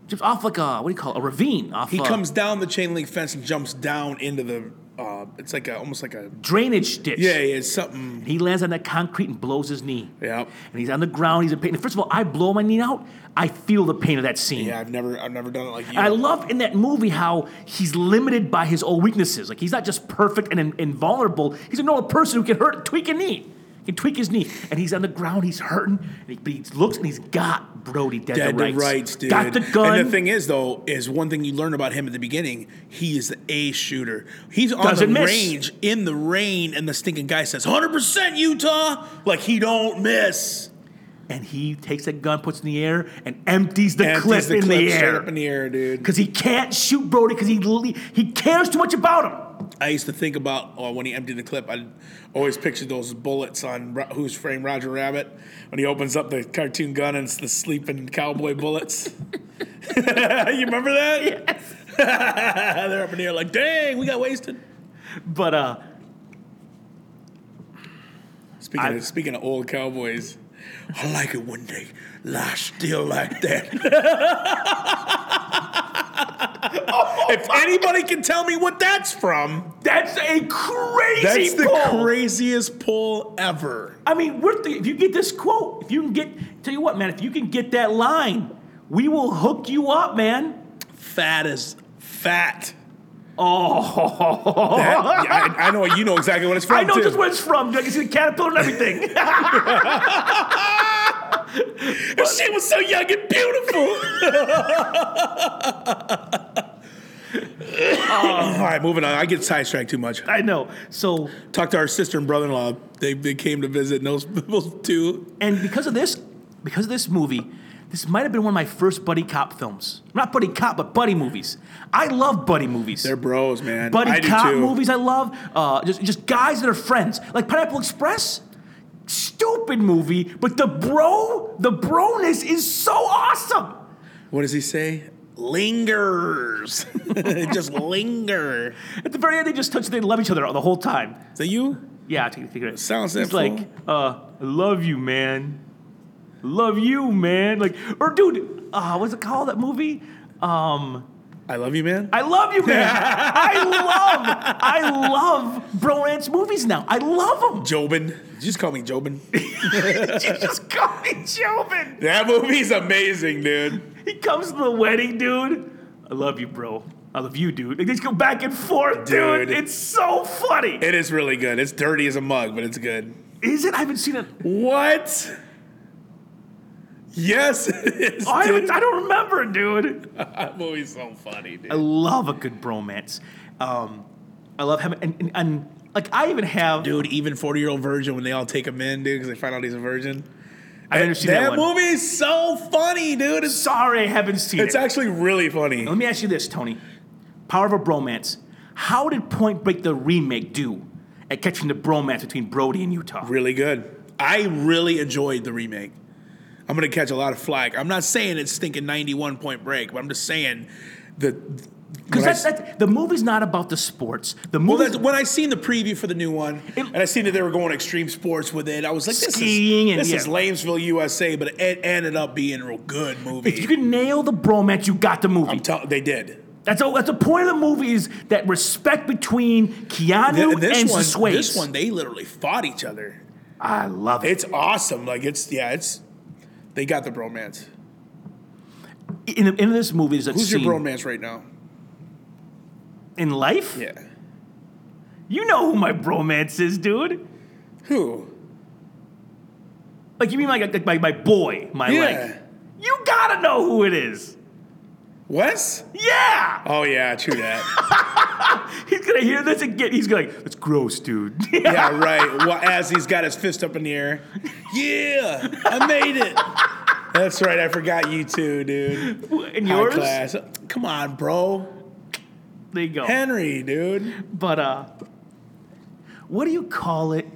Speaker 1: jumps off like a what do you call it? a ravine? Off
Speaker 3: He
Speaker 1: uh,
Speaker 3: comes down the chain link fence and jumps down into the. Uh, it's like a, almost like a
Speaker 1: drainage ditch.
Speaker 3: Yeah, yeah, it's something.
Speaker 1: He lands on that concrete and blows his knee.
Speaker 3: Yeah,
Speaker 1: And he's on the ground. He's in pain. And first of all, I blow my knee out. I feel the pain of that scene.
Speaker 3: yeah. I've never, I've never done it like
Speaker 1: And
Speaker 3: you.
Speaker 1: I love in that movie how he's limited by his own weaknesses. Like he's not just perfect and in- invulnerable. He's a normal person who can hurt, tweak a knee, can tweak his knee, and he's on the ground. He's hurting, and he, but he looks and he's got Brody dead,
Speaker 3: Dead
Speaker 1: to,
Speaker 3: to
Speaker 1: rights.
Speaker 3: rights, dude.
Speaker 1: Got the gun.
Speaker 3: And the thing is, though, is one thing you learn about him at the beginning. He is the A shooter. He's on
Speaker 1: Doesn't
Speaker 3: the
Speaker 1: miss.
Speaker 3: range in the rain, and the stinking guy says, "100% Utah." Like he don't miss.
Speaker 1: and he takes that gun, puts it in the air, and empties the
Speaker 3: Empties
Speaker 1: clip in
Speaker 3: clip
Speaker 1: the
Speaker 3: straight up
Speaker 1: air
Speaker 3: in the air, dude.
Speaker 1: because he can't shoot Brody because he li- he cares too much about him.
Speaker 3: I used to think about oh, when he emptied the clip. I always pictured those bullets on Ro- Who's Framed Roger Rabbit when he opens up the cartoon gun and it's the sleeping cowboy bullets. *laughs* you remember that? Yes. *laughs* They're up in the air like, dang, we got wasted.
Speaker 1: But uh,
Speaker 3: Speaking
Speaker 1: I-
Speaker 3: of speaking of old cowboys, I like it when they lie still like that. *laughs* if anybody can tell me what that's from,
Speaker 1: that's a crazy.
Speaker 3: that's the
Speaker 1: pull.
Speaker 3: craziest pull ever.
Speaker 1: I mean, we're th- if you get this quote, if you can get, tell you what, man, if you can get that line, we will hook you up, man.
Speaker 3: fat as fat.
Speaker 1: Oh,
Speaker 3: That- yeah, I, I know you know exactly what it's from.
Speaker 1: I know
Speaker 3: too.
Speaker 1: just where it's from. dude. I can see the caterpillar and everything. *laughs*
Speaker 3: But she was so young and beautiful. *laughs* Oh, All right, moving on. I get sidetracked too much.
Speaker 1: I know. So,
Speaker 3: Talked to our sister and brother-in-law. They, they came to visit. And those, *laughs* those two.
Speaker 1: and because of this, because of this movie, this might have been one of my first buddy cop films. Not buddy cop, but buddy movies. I love buddy movies.
Speaker 3: They're bros, man.
Speaker 1: buddy
Speaker 3: I do
Speaker 1: cop
Speaker 3: too.
Speaker 1: movies I love. Uh, just just guys that are friends, like Pineapple Express. Stupid movie, but the bro, the broness is so awesome.
Speaker 3: What does he say? Lingers. *laughs* Just linger.
Speaker 1: At the very end, they just touch, they love each other all- the whole time.
Speaker 3: Is that you?
Speaker 1: Yeah, I take the cigarette.
Speaker 3: Sounds
Speaker 1: He's
Speaker 3: simple.
Speaker 1: like, uh, I love you, man. Love you, man. Like, or dude, uh, what's it called that movie?
Speaker 3: I love you, man.
Speaker 1: I love you,
Speaker 3: *laughs*
Speaker 1: man. I love, I love bromance movies now. I love them.
Speaker 3: Jobin. Did you just call me Jobin.
Speaker 1: just *laughs* call me Chauvin.
Speaker 3: that movie's amazing, dude.
Speaker 1: He comes to the wedding, dude. I love you, bro. I love you, dude. They just go back and forth, dude.
Speaker 3: Dude.
Speaker 1: It's so funny.
Speaker 3: It is really good. It's dirty as a mug, but it's good.
Speaker 1: Is it? I haven't seen it.
Speaker 3: What? Yes, *laughs* it is.
Speaker 1: Oh, I,
Speaker 3: dude.
Speaker 1: haven't- I don't remember, dude.
Speaker 3: That movie's so funny, dude.
Speaker 1: I love a good bromance. Um, I love having and, and, and like I even have.
Speaker 3: Dude, even 40 year old virgin when they all take him in, dude, because they find out he's a virgin.
Speaker 1: I've never seen that,
Speaker 3: that
Speaker 1: one.
Speaker 3: movie's so funny, dude. It's,
Speaker 1: Sorry, I haven't seen
Speaker 3: it's
Speaker 1: it.
Speaker 3: actually really funny.
Speaker 1: Let me ask you this, Tony. Power of a bromance. How did Point Break the remake do at catching the bromance between Brody and Utah?
Speaker 3: Really good. I really enjoyed the remake. I'm gonna catch a lot of flack. I'm not saying it's stinking 91 Point Break, but I'm just saying the
Speaker 1: Because
Speaker 3: when I s-
Speaker 1: that's, that's the movie's not about the sports. The
Speaker 3: well,
Speaker 1: movie's
Speaker 3: that's, when I seen the preview for the new one, and I seen that they were going extreme sports with it, I was like, "This
Speaker 1: Skiing
Speaker 3: is
Speaker 1: and-
Speaker 3: this
Speaker 1: yeah.
Speaker 3: is Lamesville, USA," but it ended up being a real good
Speaker 1: if you
Speaker 3: movie.
Speaker 1: can nail the bromance, you got the movie.
Speaker 3: I'm tell- they did.
Speaker 1: that's a, that's the point of the movie is that respect between Keanu
Speaker 3: Th- this
Speaker 1: and
Speaker 3: one,
Speaker 1: Swayze.
Speaker 3: this one, they literally fought each other.
Speaker 1: I love it.
Speaker 3: It's awesome. Like it's yeah, it's they got the bromance.
Speaker 1: In, the, in this movie, there's a
Speaker 3: Who's
Speaker 1: scene
Speaker 3: your bromance right now?
Speaker 1: in life.
Speaker 3: Yeah,
Speaker 1: You know who my bromance is, dude.
Speaker 3: who?
Speaker 1: Like you mean like, like my, my boy, my
Speaker 3: Yeah.
Speaker 1: like. You gotta know who it is.
Speaker 3: Wes?
Speaker 1: Yeah.
Speaker 3: Oh yeah, true that.
Speaker 1: He's gonna hear this and get. He's gonna like, it's gross, dude. *laughs*
Speaker 3: yeah, right. Well, as he's got his fist up in the air. Yeah, I made it. That's right. I forgot you too, dude.
Speaker 1: and
Speaker 3: High
Speaker 1: yours,
Speaker 3: class. Come on, bro.
Speaker 1: there you go.
Speaker 3: Henry, dude.
Speaker 1: But uh, what do you call it?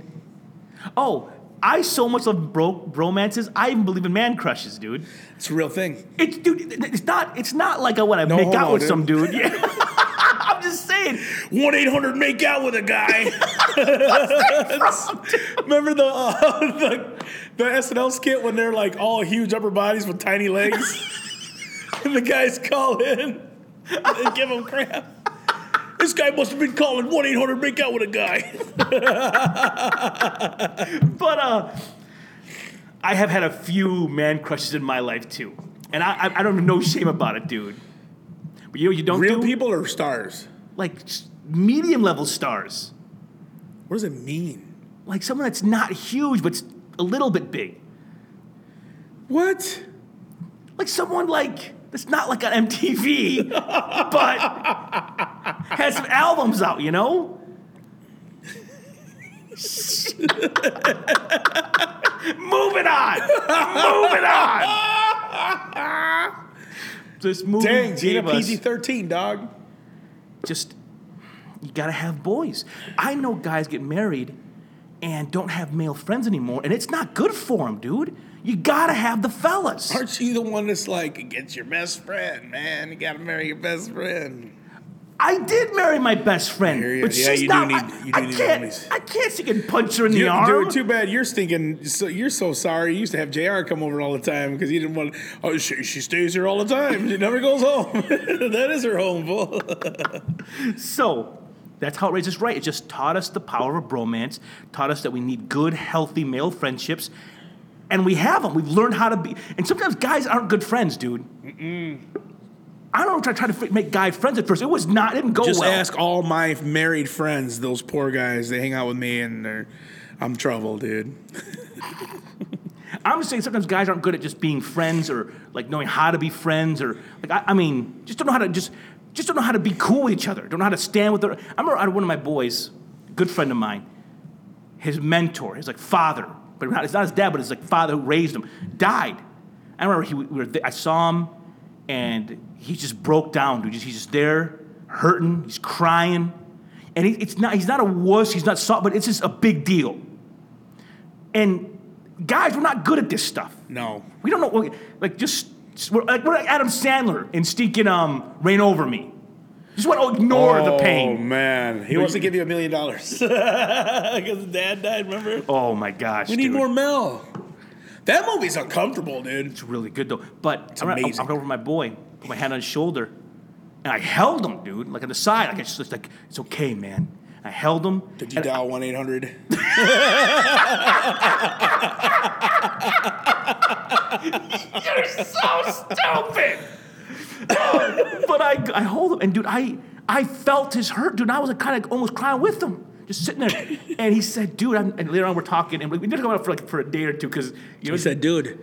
Speaker 1: Oh, I so much love bro- bromances. I even believe in man crushes, dude.
Speaker 3: It's a real thing.
Speaker 1: It's dude. it- It's not. It's not like I want to make out
Speaker 3: homo,
Speaker 1: with
Speaker 3: dude.
Speaker 1: some dude.
Speaker 3: *laughs*
Speaker 1: *laughs* Yeah. I'm just saying.
Speaker 3: One eight hundred make out with a guy. *laughs* Remember the, uh, *laughs* the the SNL skit when they're like all huge upper bodies with tiny legs, *laughs* and the guys call in and give him crap. This guy must have been calling one eight hundred make out with a guy.
Speaker 1: But uh, I have had a few man crushes in my life too, and I I, I don't have no shame about it, dude. But you know what you don't
Speaker 3: Real
Speaker 1: do?
Speaker 3: people are stars.
Speaker 1: like s- medium level stars,
Speaker 3: What does it mean?
Speaker 1: like someone that's not huge but's a little bit big,
Speaker 3: *laughs* What?
Speaker 1: like someone like that's not like on MTV, *laughs* but has some albums out, you know. *laughs* Moving on, moving on. This movie
Speaker 3: Dang,
Speaker 1: gave
Speaker 3: Gina
Speaker 1: us-
Speaker 3: PG thirteen, dog.
Speaker 1: just you gotta have boys. I know guys get married and don't have male friends anymore, and it's not good for them, dude. You gotta have the fellas.
Speaker 3: Aren't you the one that's like, get your best friend, man? You gotta marry your best friend.
Speaker 1: I did marry my best friend,
Speaker 3: hear ya.
Speaker 1: but
Speaker 3: Yeah,
Speaker 1: she's
Speaker 3: you do
Speaker 1: not.
Speaker 3: need-
Speaker 1: I-
Speaker 3: you do
Speaker 1: I,
Speaker 3: need
Speaker 1: can't.
Speaker 3: homies.
Speaker 1: I can't. She can punch her in the
Speaker 3: Dude,
Speaker 1: arm.
Speaker 3: dude, too bad you're stinking. So you're so sorry. You used to have Jr. come over all the time because he didn't want. Oh, she, she stays here all the time. She never goes home. *laughs* that is her home, fool.
Speaker 1: So that's how it raised us right. It just taught us the power of bromance, taught us that we need good, healthy male friendships, and we have them. We've learned how to be. And sometimes guys aren't good friends, dude. I don't try, try to fi- make guy friends at first. It was not. It didn't go
Speaker 3: *laughs* Just
Speaker 1: well.
Speaker 3: ask all my married friends. Those poor guys. They hang out with me and they're. I'm trouble, dude.
Speaker 1: I'm just saying sometimes guys aren't good at just being friends or like knowing how to be friends or like I, I mean just don't know how to just just don't know how to be cool with each other. Don't know how to stand with. Their, I remember I had one of my boys, a good friend of mine, his mentor, his like father, but not, it's not his dad, but his like father who raised him, died. I remember he, we were th- I saw him and he just broke down, dude. He's he's just there, hurting. He's crying, and he, it's not he's not a wuss. He's not soft, but it's just a big deal. And guys, we're not good at this stuff.
Speaker 3: No.
Speaker 1: We don't know, we- like, just, we're like, we're like Adam Sandler in stinking um, Rain Over Me. Just want to ignore the
Speaker 3: Oh
Speaker 1: pain.
Speaker 3: man, he wants to give you a million *laughs* dollars because dad died. Remember?
Speaker 1: Oh my gosh.
Speaker 3: We need
Speaker 1: dude.
Speaker 3: more Mel. That movie's uncomfortable, dude.
Speaker 1: It's really good though. But I remember- I
Speaker 3: amazing.
Speaker 1: I went over to my boy, put my hand on his shoulder, and I held him, dude, like on the side. Like I just just like it's okay, man. I held him.
Speaker 3: Did you
Speaker 1: and
Speaker 3: dial one eight hundred?
Speaker 1: stupid. *laughs* but I, I hold him, and dude, I, I felt his hurt, dude. And I was like, kind of almost crying with him, just sitting there. and he said, "Dude," I'm, and later on we're talking, and we didn't go out for like for a day or two because you know.
Speaker 3: He said, "Dude,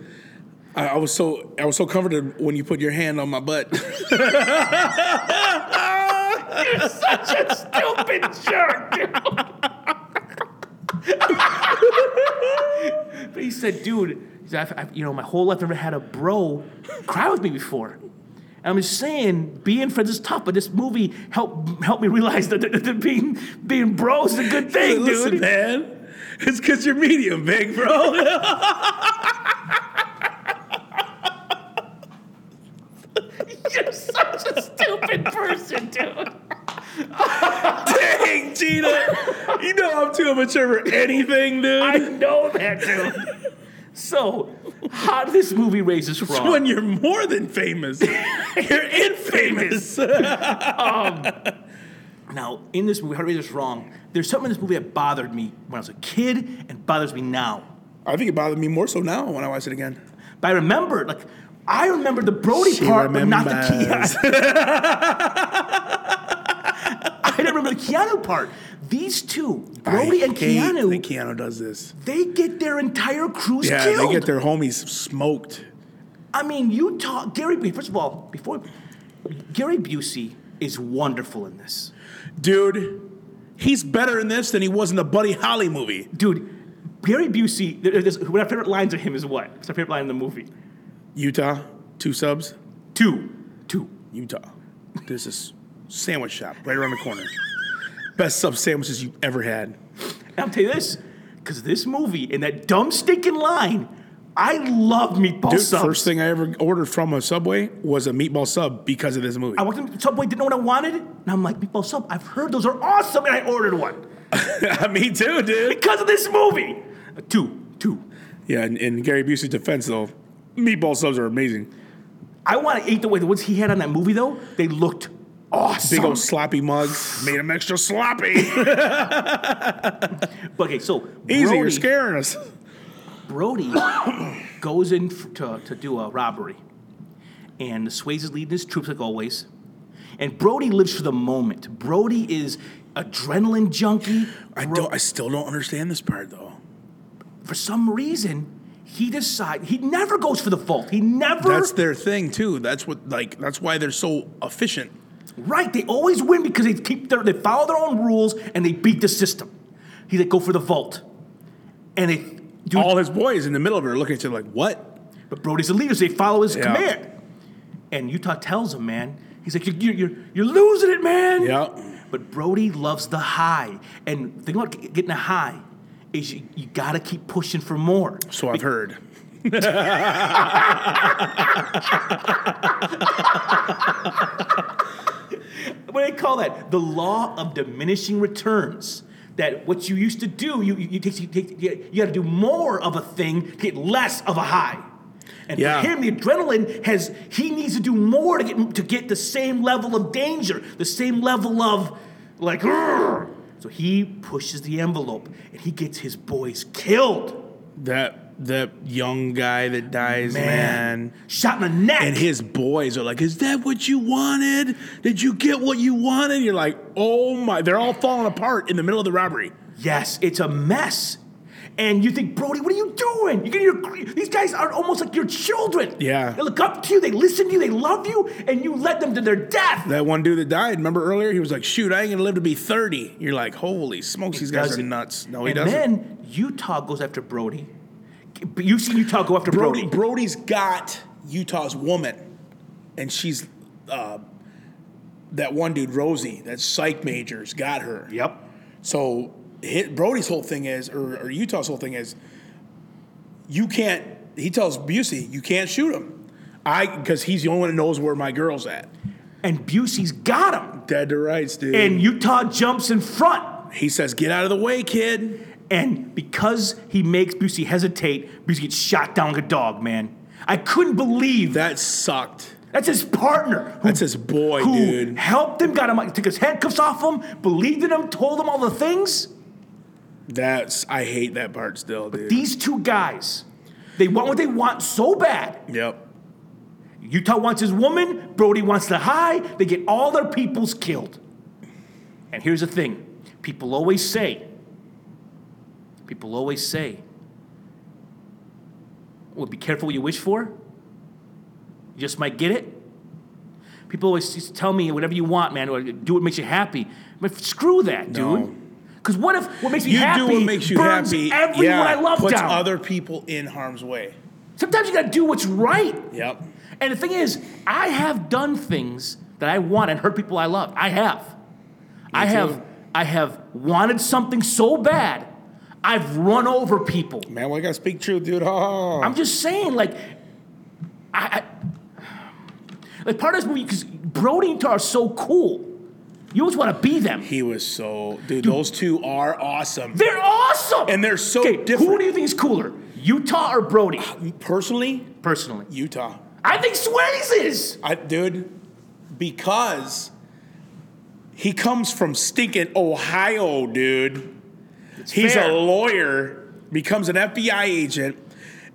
Speaker 3: I, I was so I was so comforted when you put your hand on my butt."
Speaker 1: such a stupid jerk. dude." but he said, dude, he said, I've, I've, you know, my whole life I've never had a bro cry with me before. And I'm just saying, being friends is tough, but this movie helped helped me realize that, that, that being being bros is a good
Speaker 3: *laughs*
Speaker 1: thing,
Speaker 3: Listen,
Speaker 1: dude.
Speaker 3: man, it's because you're medium big, bro.
Speaker 1: *laughs*
Speaker 3: *laughs*
Speaker 1: You're such a stupid person, dude.
Speaker 3: Dang, Gina, you know I'm too immature for anything, dude.
Speaker 1: I know that, dude. So, how did this movie raise this wrong?
Speaker 3: when you're more than *laughs* famous, you're *laughs* infamous.
Speaker 1: Now, in this movie, how to read this wrong, there's something in this movie that bothered me when I was a kid and bothers me now.
Speaker 3: I think it bothered me more so now when I watch it again.
Speaker 1: But I remember, like, I remember the Brody
Speaker 3: She
Speaker 1: part, but not the *laughs*
Speaker 3: remembers.
Speaker 1: Keanu. I didn't remember the Keanu part. These two, Brody
Speaker 3: I
Speaker 1: and
Speaker 3: hate
Speaker 1: Keanu,
Speaker 3: that Keanu does this.
Speaker 1: they get their entire crews
Speaker 3: Yeah,
Speaker 1: killed.
Speaker 3: they get their homies smoked.
Speaker 1: I mean, you talk Gary. Bu- First of all, before Gary Busey is wonderful in this,
Speaker 3: Dude, he's better in this than he was in the Buddy Holly movie.
Speaker 1: dude. Gary Busey. there- There's, one of my favorite lines of him is what? What's my favorite line in the movie?
Speaker 3: Utah, two subs,
Speaker 1: Two, two.
Speaker 3: Utah. There's this sandwich shop right around the corner. Best sub sandwiches you've ever had.
Speaker 1: And I'll tell you this, because this movie and that dumb stinking line, I love meatball
Speaker 3: Dude,
Speaker 1: subs.
Speaker 3: first thing I ever ordered from a Subway was a meatball sub because of this movie. *laughs*
Speaker 1: I walked into Subway, didn't know what I wanted, and I'm like, meatball sub. I've heard those are awesome, and I ordered one
Speaker 3: Me too, dude.
Speaker 1: because of this movie. Uh, Two, two.
Speaker 3: Yeah, in, in Gary Busey's defense, though, meatball subs are amazing.
Speaker 1: I want to eat the way the ones he had on that movie though. They looked awesome.
Speaker 3: Big old sloppy mugs made them extra sloppy. *laughs*
Speaker 1: But, okay, so
Speaker 3: Easy, you're
Speaker 1: Brody-
Speaker 3: scaring us.
Speaker 1: Brody *coughs* goes in f- to, to do a robbery, and the Swayze's leading his troops like always. And Brody lives for the moment. Brody is adrenaline junkie.
Speaker 3: I
Speaker 1: Bro-
Speaker 3: don't. I still don't understand this part though.
Speaker 1: for some reason, he decides he never goes for the vault. He never
Speaker 3: That's their thing too. That's what like. That's why they're so efficient.
Speaker 1: right. They always win because they keep their, they follow their own rules and they beat the system. He like go for the vault, and they do.
Speaker 3: All his boys in the middle of it are looking at you like, "What?
Speaker 1: But Brody's the leader, so they follow his
Speaker 3: Yeah.
Speaker 1: command. And Utah tells him, man, he's like, you're, you're, you're losing it, man.
Speaker 3: Yeah.
Speaker 1: But Brody loves the high. And the thing about g- getting a high is you, you gotta keep pushing for more.
Speaker 3: So I've heard.
Speaker 1: What do they call that? The law of diminishing returns. That what you used to do, you, you, you, take, you, take, you gotta do more of a thing to get less of a high. And
Speaker 3: Yeah.
Speaker 1: for him, the adrenaline has, he needs to do more to get, to get the same level of danger, the same level of like, "Grr." so he pushes the envelope and he gets his boys killed.
Speaker 3: That that young guy that dies, man.
Speaker 1: Shot in the neck.
Speaker 3: And his boys are like, "Is that what you wanted? Did you get what you wanted?" You're like, "Oh my!" They're all falling apart in the middle of the robbery.
Speaker 1: Yes, it's a mess. And you think, Brody, what are you doing? You're getting your, these guys are almost like your children.
Speaker 3: Yeah.
Speaker 1: They look up to you, they listen to you, they love you, and you led them to their death.
Speaker 3: That one dude that died, remember earlier? He was like, shoot, I ain't gonna live to be 30. You're like, holy smokes, these guys are
Speaker 1: Doesn't-
Speaker 3: nuts. No, he
Speaker 1: and
Speaker 3: doesn't.
Speaker 1: then Utah goes after Brody. But You've seen Utah go after Brody.
Speaker 3: Brody, Brody's got Utah's woman, and she's uh, that one dude, Rosie, that psych major's got her.
Speaker 1: Yep.
Speaker 3: So hit, Brody's whole thing is, or, or Utah's whole thing is, you can't, he tells Busey, you can't shoot him. I, because he's the only one that knows where my girl's at.
Speaker 1: And Busey's got him.
Speaker 3: Dead to rights, dude.
Speaker 1: And Utah jumps in front.
Speaker 3: he says, get out of the way, kid.
Speaker 1: And because he makes Busey hesitate, Busey gets shot down like a dog, man. I couldn't believe that.
Speaker 3: That sucked.
Speaker 1: That's his partner. who-
Speaker 3: That's his boy,
Speaker 1: who
Speaker 3: dude.
Speaker 1: helped him, got him, like, took his handcuffs off him, believed in him, told him all the things.
Speaker 3: That's I hate that part still, dude.
Speaker 1: These two guys, they want what they want so bad.
Speaker 3: yep.
Speaker 1: Utah wants his woman, Brody wants the high, they get all their peoples killed. And here's the thing people always say, people always say, well, be careful what you wish for. You just might get it. People always just tell me whatever you want, man, or do what makes you happy. But screw that,
Speaker 3: No.
Speaker 1: dude. Because what if what makes me
Speaker 3: You
Speaker 1: happy
Speaker 3: do what makes you
Speaker 1: burns
Speaker 3: happy.
Speaker 1: everyone
Speaker 3: yeah,
Speaker 1: I love
Speaker 3: puts
Speaker 1: down?
Speaker 3: other people in harm's way.
Speaker 1: Sometimes you gotta do what's right.
Speaker 3: Yep.
Speaker 1: And the thing is, I have done things that I want and hurt people I love. I have. I have
Speaker 3: too.
Speaker 1: I have wanted something so bad. I've run over people.
Speaker 3: Man, well, I gotta speak truth, dude. Oh.
Speaker 1: I'm just saying, like, I, I like part of this movie because Brody and Tar are so cool. You always want to be them.
Speaker 3: he was so dude, Those two are awesome.
Speaker 1: They're awesome,
Speaker 3: And they're so
Speaker 1: Okay, Who
Speaker 3: different.
Speaker 1: do you think is cooler, Utah or Brody?
Speaker 3: Personally,
Speaker 1: Personally,
Speaker 3: Utah.
Speaker 1: I think Swayze is.
Speaker 3: I, dude, because he comes from stinking Ohio, dude. He's
Speaker 1: fair.
Speaker 3: a lawyer, becomes an FBI agent,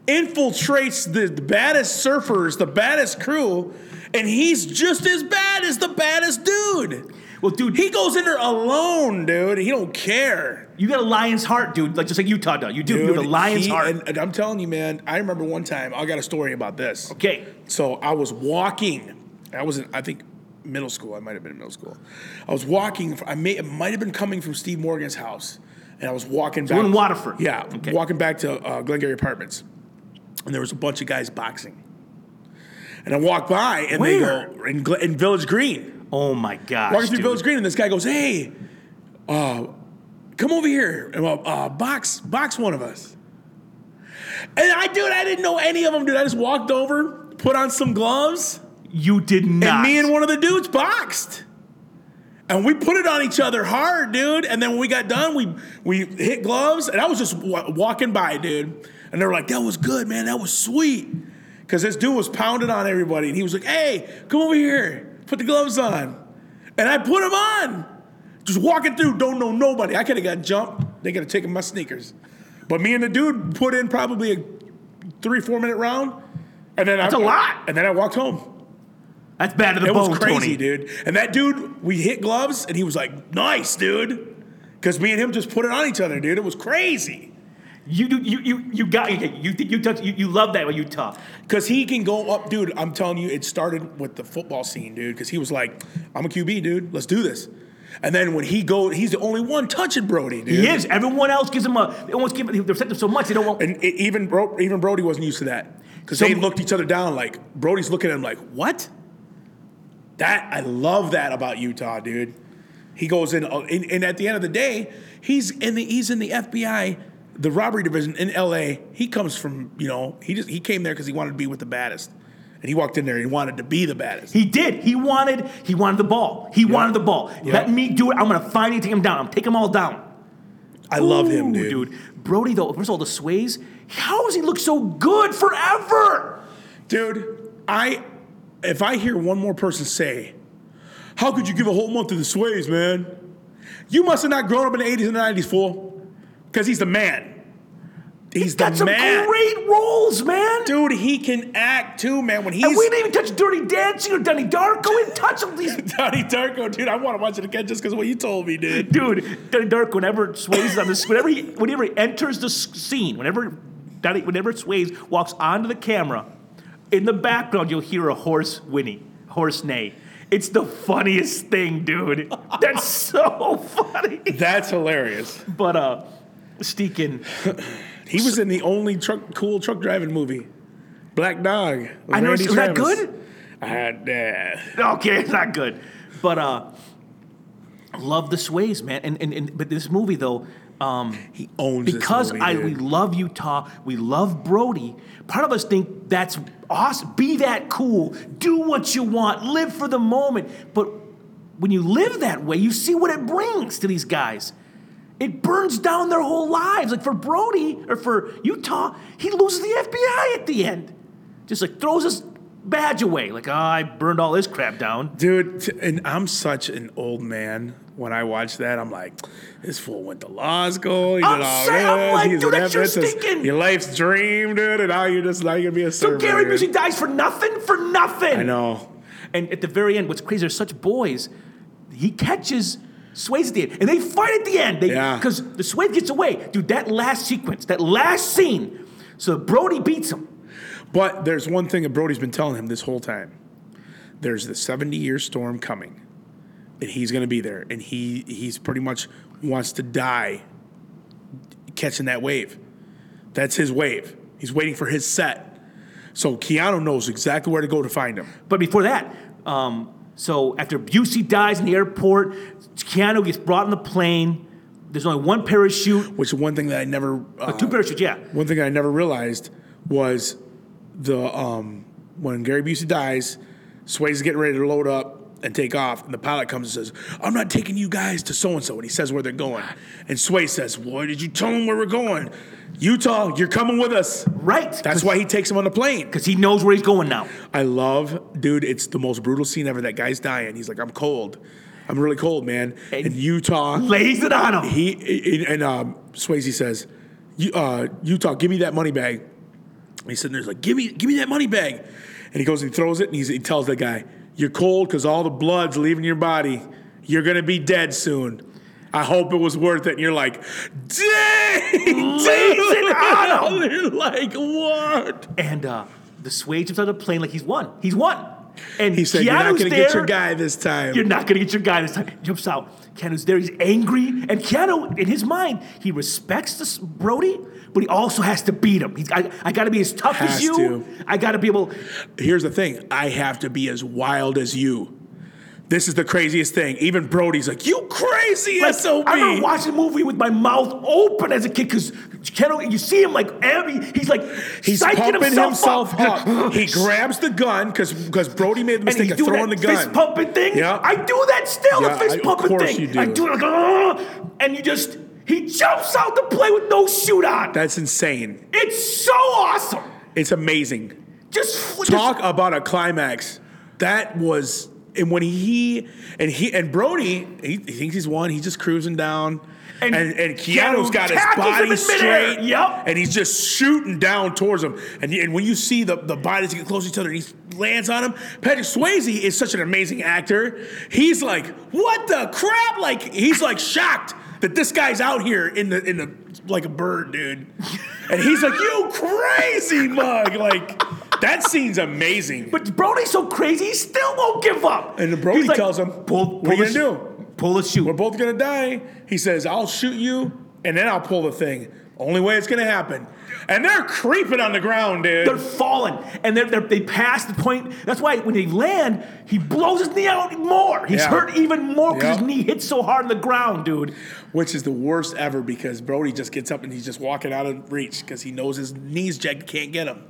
Speaker 3: infiltrates the, the baddest surfers, the baddest crew, and he's just as bad as the baddest dude.
Speaker 1: Well, dude,
Speaker 3: He goes in there alone, dude. He don't care.
Speaker 1: You got a lion's heart, dude. Like just like Utah does. You do. you have a lion's
Speaker 3: he-
Speaker 1: heart.
Speaker 3: And, and I'm telling you, man, I remember one time, I got a story about this.
Speaker 1: okay.
Speaker 3: So I was walking. I was in, I think, middle school. I might have been in middle school. I was walking. I may, it might have been coming from Steve Morgan's house, and I was walking back.
Speaker 1: we're in Waterford.
Speaker 3: Yeah,
Speaker 1: Okay.
Speaker 3: walking back to uh, Glengarry Apartments, and there was a bunch of guys boxing. And I walk by, and
Speaker 1: Where?
Speaker 3: they go in, Gl- in Village Green.
Speaker 1: Oh my gosh.
Speaker 3: Walking through
Speaker 1: dude.
Speaker 3: Village Green, and this guy goes, "Hey, uh, come over here and uh, uh, box box one of us." And I, dude, I didn't know any of them, dude. I just walked over, put on some gloves.
Speaker 1: You did not.
Speaker 3: And me and one of the dudes boxed. And we put it on each other hard, dude. And then when we got done, we we hit gloves, and I was just wa- walking by, dude. And they were like, "That was good, man. That was sweet." Because this dude was pounding on everybody, and he was like, "Hey, come over here. Put the gloves on." And I put them on. Just walking through, don't know nobody. I could have got jumped. They could have taken my sneakers. But me and the dude put in probably a three, four minute round, and then
Speaker 1: That's
Speaker 3: I,
Speaker 1: a lot.
Speaker 3: And then I walked home.
Speaker 1: That's bad to the
Speaker 3: It
Speaker 1: bone,
Speaker 3: was crazy,
Speaker 1: Tony.
Speaker 3: dude. And that dude, we hit gloves, and he was like, "Nice, dude," because me and him just put it on each other, dude. It was crazy
Speaker 1: You do. You you you got. You you you, you, you, you love that with Utah.
Speaker 3: because he can go up, dude. I'm telling you, it started with the football scene, dude. Because he was like, "I'm a QB, dude. Let's do this." And then when he go, he's the only one touching Brody, dude.
Speaker 1: He is. Everyone else gives him a. They almost give. They respect him so much. They don't want.
Speaker 3: And it, even Bro, even Brody wasn't used to that because
Speaker 1: So-
Speaker 3: they looked each other down like Brody's looking at him like, "What?" That I love that about Utah, dude. He goes in, and, and at the end of the day, he's in the he's in the FBI, the robbery division in L.A. He comes from you know he just he came there because he wanted to be with the baddest, and he walked in there and he wanted to be the baddest.
Speaker 1: He did. He wanted. He wanted the ball. He wanted the ball. Let me do it. I'm gonna find him, take him down. I'm take him all down.
Speaker 3: I love him,
Speaker 1: Ooh,
Speaker 3: dude.
Speaker 1: dude. Brody though. First of all, the sways. How does he look so good forever?
Speaker 3: Dude, I if I hear one more person say, "How could you give a whole month to the Sways, man?" You must have not grown up in the '80s and '90s, fool. Because he's the man. He's the
Speaker 1: Got some
Speaker 3: man,
Speaker 1: great roles, man.
Speaker 3: dude. He can act too, man. When he's
Speaker 1: And we didn't even touch Dirty Dancing or Donnie Darko. We didn't touch all these.
Speaker 3: *laughs* Donnie Darko, dude, I want to watch it again just because what you told me, dude.
Speaker 1: Dude, Donnie Darko, whenever Sways on this, whenever he, whenever he enters the s- scene, whenever Donnie, whenever Sways walks onto the camera, in the background you'll hear a horse whinny, horse neigh. It's the funniest thing, dude. That's so funny.
Speaker 3: That's hilarious.
Speaker 1: But uh, Steakin,
Speaker 3: He was in the only truck, cool truck driving movie, Black Dog. with
Speaker 1: I know.
Speaker 3: Randy
Speaker 1: Is that
Speaker 3: Travis. Uh,
Speaker 1: good?
Speaker 3: I- yeah.
Speaker 1: Okay, it's not good. But uh, love the Sways, man. And and, and but this movie though. Um,
Speaker 3: he owns this
Speaker 1: because
Speaker 3: movie,
Speaker 1: I
Speaker 3: dude.
Speaker 1: we love Utah, we love Brody. Part of us think that's awesome. Be that cool. Do what you want. Live for the moment. But when you live that way, you see what it brings to these guys. It burns down their whole lives. Like for Brody or for Utah, he loses the FBI at the end. Just like throws his badge away. Like, oh, I burned all this crap down.
Speaker 3: Dude, t- and I'm such an old man. When I watch that, I'm like, this fool went to law school. He did
Speaker 1: I'm
Speaker 3: all
Speaker 1: saying, I'm
Speaker 3: this,
Speaker 1: like,
Speaker 3: he's
Speaker 1: dude,
Speaker 3: an
Speaker 1: that's your
Speaker 3: F- this is
Speaker 1: stinking-
Speaker 3: Your life's dream, dude, and now you're just now you're gonna be a
Speaker 1: So
Speaker 3: server.
Speaker 1: Gary
Speaker 3: dude.
Speaker 1: Busey dies for nothing? For nothing.
Speaker 3: I know.
Speaker 1: And at the very end, what's crazy, there's such boys. He catches Swayze at the end, and they fight at the end. They,
Speaker 3: Yeah.
Speaker 1: Because the Swayze gets away. Dude, that last sequence, that last scene. So Brody beats him.
Speaker 3: But there's one thing that Brody's been telling him this whole time. There's the 70 year storm coming, and he's going to be there. And he he's pretty much wants to die catching that wave. That's his wave. He's waiting for his set. So Keanu knows exactly where to go to find him.
Speaker 1: But before that, um, so after Busey dies in the airport, Keanu gets brought on the plane. There's only one parachute,
Speaker 3: Which is one thing that I never uh,
Speaker 1: two parachutes, yeah.
Speaker 3: one thing I never realized was the um, when Gary Busey dies, Swayze's getting ready to load up and take off, and the pilot comes and says, "I'm not taking you guys to so and so," and he says where they're going, and Sway says, "Why did you tell him where we're going? Utah, you're coming with us."
Speaker 1: Right.
Speaker 3: That's why he takes him on the plane.
Speaker 1: Because he knows where he's going now.
Speaker 3: I love, dude. It's the most brutal scene ever. That guy's dying. He's like, "I'm cold. I'm really cold, man."
Speaker 1: And-
Speaker 3: And Utah,
Speaker 1: Lays it on him.
Speaker 3: he and um, Swayze says, "You- uh, "Utah, give me that money bag." And he's sitting there, he's like, "Give me, give me that money bag," and he goes and he throws it, and he's, he tells that guy, "You're cold because all the blood's leaving your body. You're gonna be dead soon." I hope it was worth it. And you're like, dang,
Speaker 1: it on
Speaker 3: dude." *laughs* You're like, what?
Speaker 1: And uh, the Sway jumps out of the plane like he's won. He's won. And
Speaker 3: He said, "You're not
Speaker 1: Keanu's
Speaker 3: gonna get
Speaker 1: there.
Speaker 3: your guy this time."
Speaker 1: You're not gonna get your guy this time. Jumps out. Keanu's there. He's angry, and Keanu, in his mind, he respects this Brody, but he also has to beat him. He's, I, I gotta be as tough as
Speaker 3: Has
Speaker 1: you.
Speaker 3: to.
Speaker 1: I gotta be able.
Speaker 3: Here's the thing I have to be as wild as you. This is the craziest thing. Even Brody's like, You crazy
Speaker 1: Like,
Speaker 3: SOB.
Speaker 1: I remember watching a movie with my mouth open as a kid because Keanu, you see him like every, he's like
Speaker 3: He's
Speaker 1: psyching
Speaker 3: pumping
Speaker 1: himself,
Speaker 3: himself,
Speaker 1: up. *laughs*
Speaker 3: up. he grabs the gun because Brody made the
Speaker 1: And
Speaker 3: mistake
Speaker 1: he's
Speaker 3: of
Speaker 1: doing
Speaker 3: throwing the
Speaker 1: that
Speaker 3: gun.
Speaker 1: fist pumping thing.
Speaker 3: Yeah.
Speaker 1: I do that still,
Speaker 3: Yeah,
Speaker 1: the
Speaker 3: I-
Speaker 1: fist
Speaker 3: of
Speaker 1: pumping
Speaker 3: course
Speaker 1: thing.
Speaker 3: you do.
Speaker 1: I do it like, "Ugh," and you just, he jumps out the play with no shoot on.
Speaker 3: That's insane.
Speaker 1: It's so awesome.
Speaker 3: It's amazing.
Speaker 1: Just fl-
Speaker 3: Talk
Speaker 1: just-
Speaker 3: about a climax. That was and when he and he and Brody, he, he thinks he's won. He's just cruising down,
Speaker 1: And
Speaker 3: and and,
Speaker 1: Keanu
Speaker 3: Keanu's got his
Speaker 1: tackles him
Speaker 3: body
Speaker 1: in midair.
Speaker 3: straight.
Speaker 1: Yep.
Speaker 3: and he's just shooting down towards him. And he- and when you see the the bodies get close to each other, and he lands on him. Patrick Swayze is such an amazing actor. He's like, what the crap? Like he's like shocked that this guy's out here in the in the like a bird, dude. And he's like, you crazy mug, like. That scene's amazing.
Speaker 1: but Brody's so crazy, he still won't give up.
Speaker 3: And the Brody
Speaker 1: He's like,
Speaker 3: tells him,
Speaker 1: pull, pull
Speaker 3: "What are you
Speaker 1: the
Speaker 3: gonna
Speaker 1: sh-
Speaker 3: do?"
Speaker 1: Pull the shoot.
Speaker 3: We're both gonna die. He says, I'll shoot you, and then I'll pull the thing. Only way it's gonna happen. And they're creeping on the ground, dude.
Speaker 1: They're falling, and they're, they're, they pass the point. That's why when they land, he blows his knee out more. He's
Speaker 3: Yeah.
Speaker 1: hurt even more because
Speaker 3: Yep.
Speaker 1: his knee hits so hard on the ground, dude.
Speaker 3: Which is the worst ever because Brody just gets up and he's just walking out of reach because he knows his knees jacked can't get him.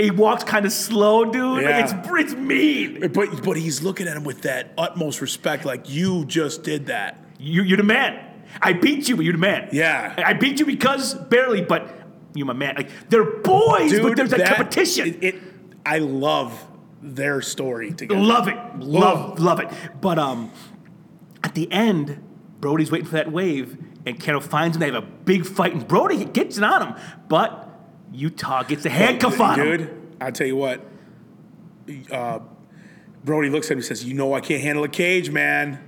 Speaker 1: He walks kind of slow, dude.
Speaker 3: Yeah.
Speaker 1: Like it's it's mean.
Speaker 3: But but he's looking at him with that utmost respect, like you just did that.
Speaker 1: You, you're the man. I beat you, but you're the man.
Speaker 3: Yeah.
Speaker 1: I beat you because barely, but you're my man. Like they're boys, but there's that, competition.
Speaker 3: It, it- I love their story together.
Speaker 1: Love it. Love, love it. But um, at the end, Brody's waiting for that wave, and Kano finds him. They have a big fight, and Brody gets it on him. But Utah gets a
Speaker 3: Oh,
Speaker 1: handcuff on him.
Speaker 3: Dude, I'll tell you what. Uh, Brody looks at him and says, You know, I can't handle a cage, man.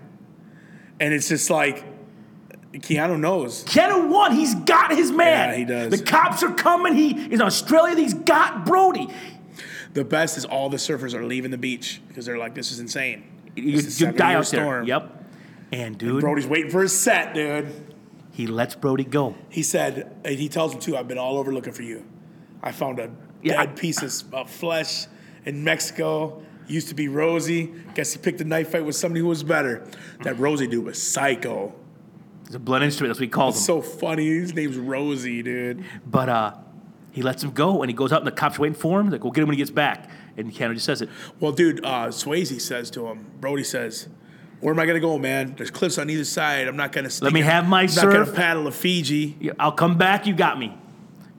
Speaker 3: And it's just like, Keanu knows.
Speaker 1: Kano won. He's got his man.
Speaker 3: Yeah, he does.
Speaker 1: The cops are coming. He is in Australia. He's got Brody.
Speaker 3: The best is all the surfers are leaving the beach because they're like, This is insane.
Speaker 1: You,
Speaker 3: It's a
Speaker 1: you die
Speaker 3: seven-year
Speaker 1: out there.
Speaker 3: storm.
Speaker 1: Yep. And dude,
Speaker 3: Brody's waiting for his set, dude.
Speaker 1: he lets Brody go.
Speaker 3: He said, and he tells him too, I've been all over looking for you. I found a
Speaker 1: Yeah, I-
Speaker 3: dead piece of of flesh in Mexico. Used to be Rosie. Guess he picked a knife fight with somebody who was better. That Rosie dude was psycho.
Speaker 1: It's a blood instrument. That's what he calls him.
Speaker 3: so funny. His name's Rosie, dude.
Speaker 1: but uh, he lets him go, and he goes out, and the cops are waiting for him. Like, we'll get him when he gets back. And Kano just says it.
Speaker 3: Well, dude, uh, Swayze says to him, Brody says, Where am I gonna go, man? There's cliffs on either side. I'm not gonna.
Speaker 1: Let me have my
Speaker 3: I'm not gonna
Speaker 1: surf.
Speaker 3: paddle to Fiji.
Speaker 1: Yeah, I'll come back. You got me.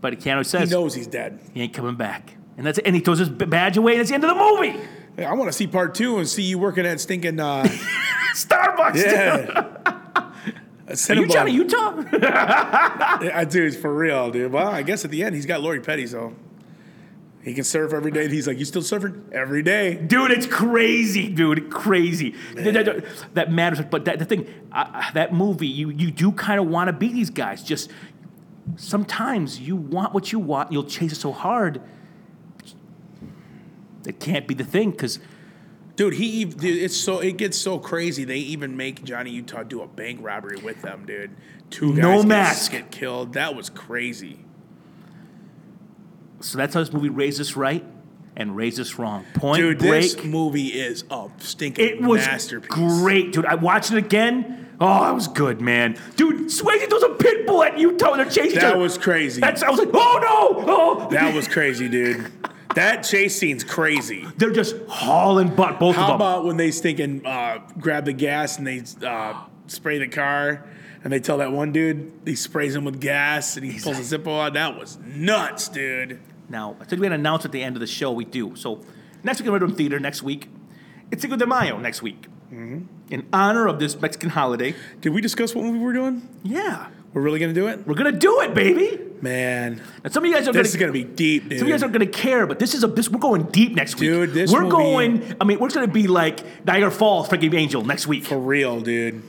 Speaker 1: But Keanu
Speaker 3: He
Speaker 1: says
Speaker 3: knows he's dead.
Speaker 1: he ain't coming back, and that's it. And he throws his b- badge away, and it's the end of the movie. *laughs*
Speaker 3: Hey, I want to see part two and see you working at stinking. Uh,
Speaker 1: Starbucks. dude.
Speaker 3: *laughs* yeah.
Speaker 1: Are you Johnny Utah? *laughs*
Speaker 3: Yeah, dude, it's for real, dude. Well, I guess at the end he's got Lori Petty, so he can surf every day. He's like, "You still surfing every day?"
Speaker 1: dude, it's crazy, dude, crazy. That, that- that matters, but that the thing, I, I- that movie, you you do kind of want to be these guys. Just sometimes you want what you want, you'll chase it so hard. It can't be the thing because
Speaker 3: Dude, he ev- dude, it's so it gets so crazy. They even make Johnny Utah do a bank robbery with them, dude. Two guys
Speaker 1: No
Speaker 3: get-
Speaker 1: mask.
Speaker 3: get killed. That was crazy.
Speaker 1: so that's how this movie raised us right and raised us wrong. Point
Speaker 3: Dude,
Speaker 1: Break.
Speaker 3: this movie is a stinking
Speaker 1: It was
Speaker 3: masterpiece.
Speaker 1: great, dude. I watched it again. Oh, it was good, man. Dude, Swayze throws a pit bull at Utah and they're chasing each
Speaker 3: That
Speaker 1: other.
Speaker 3: was crazy.
Speaker 1: That's, I was like, oh no! Oh.
Speaker 3: that was crazy, dude. That chase scene's crazy.
Speaker 1: They're just hauling butt, both
Speaker 3: How
Speaker 1: of them.
Speaker 3: about when they stink and uh, grab the gas and they uh, spray the car and they tell that one dude he sprays him with gas and he pulls a Zippo out? That was nuts, dude.
Speaker 1: Now, I said we're going to announce at the end of the show. We do. So next week in Red Room Theater, next week, it's Cinco de Mayo next week.
Speaker 3: Mm-hmm.
Speaker 1: In honor of this Mexican holiday.
Speaker 3: Did we discuss what movie we're doing?
Speaker 1: Yeah.
Speaker 3: We're really gonna do it,
Speaker 1: We're going to do it, baby.
Speaker 3: man.
Speaker 1: And some of you guys are going
Speaker 3: This is
Speaker 1: to.
Speaker 3: gonna be deep, dude.
Speaker 1: Some of you guys aren't gonna care, but this is a this we're going deep next week.
Speaker 3: Dude, this
Speaker 1: we're
Speaker 3: will be-
Speaker 1: going. I mean, we're gonna be like Niagara Falls, Frankie Angel next week.
Speaker 3: For real, dude.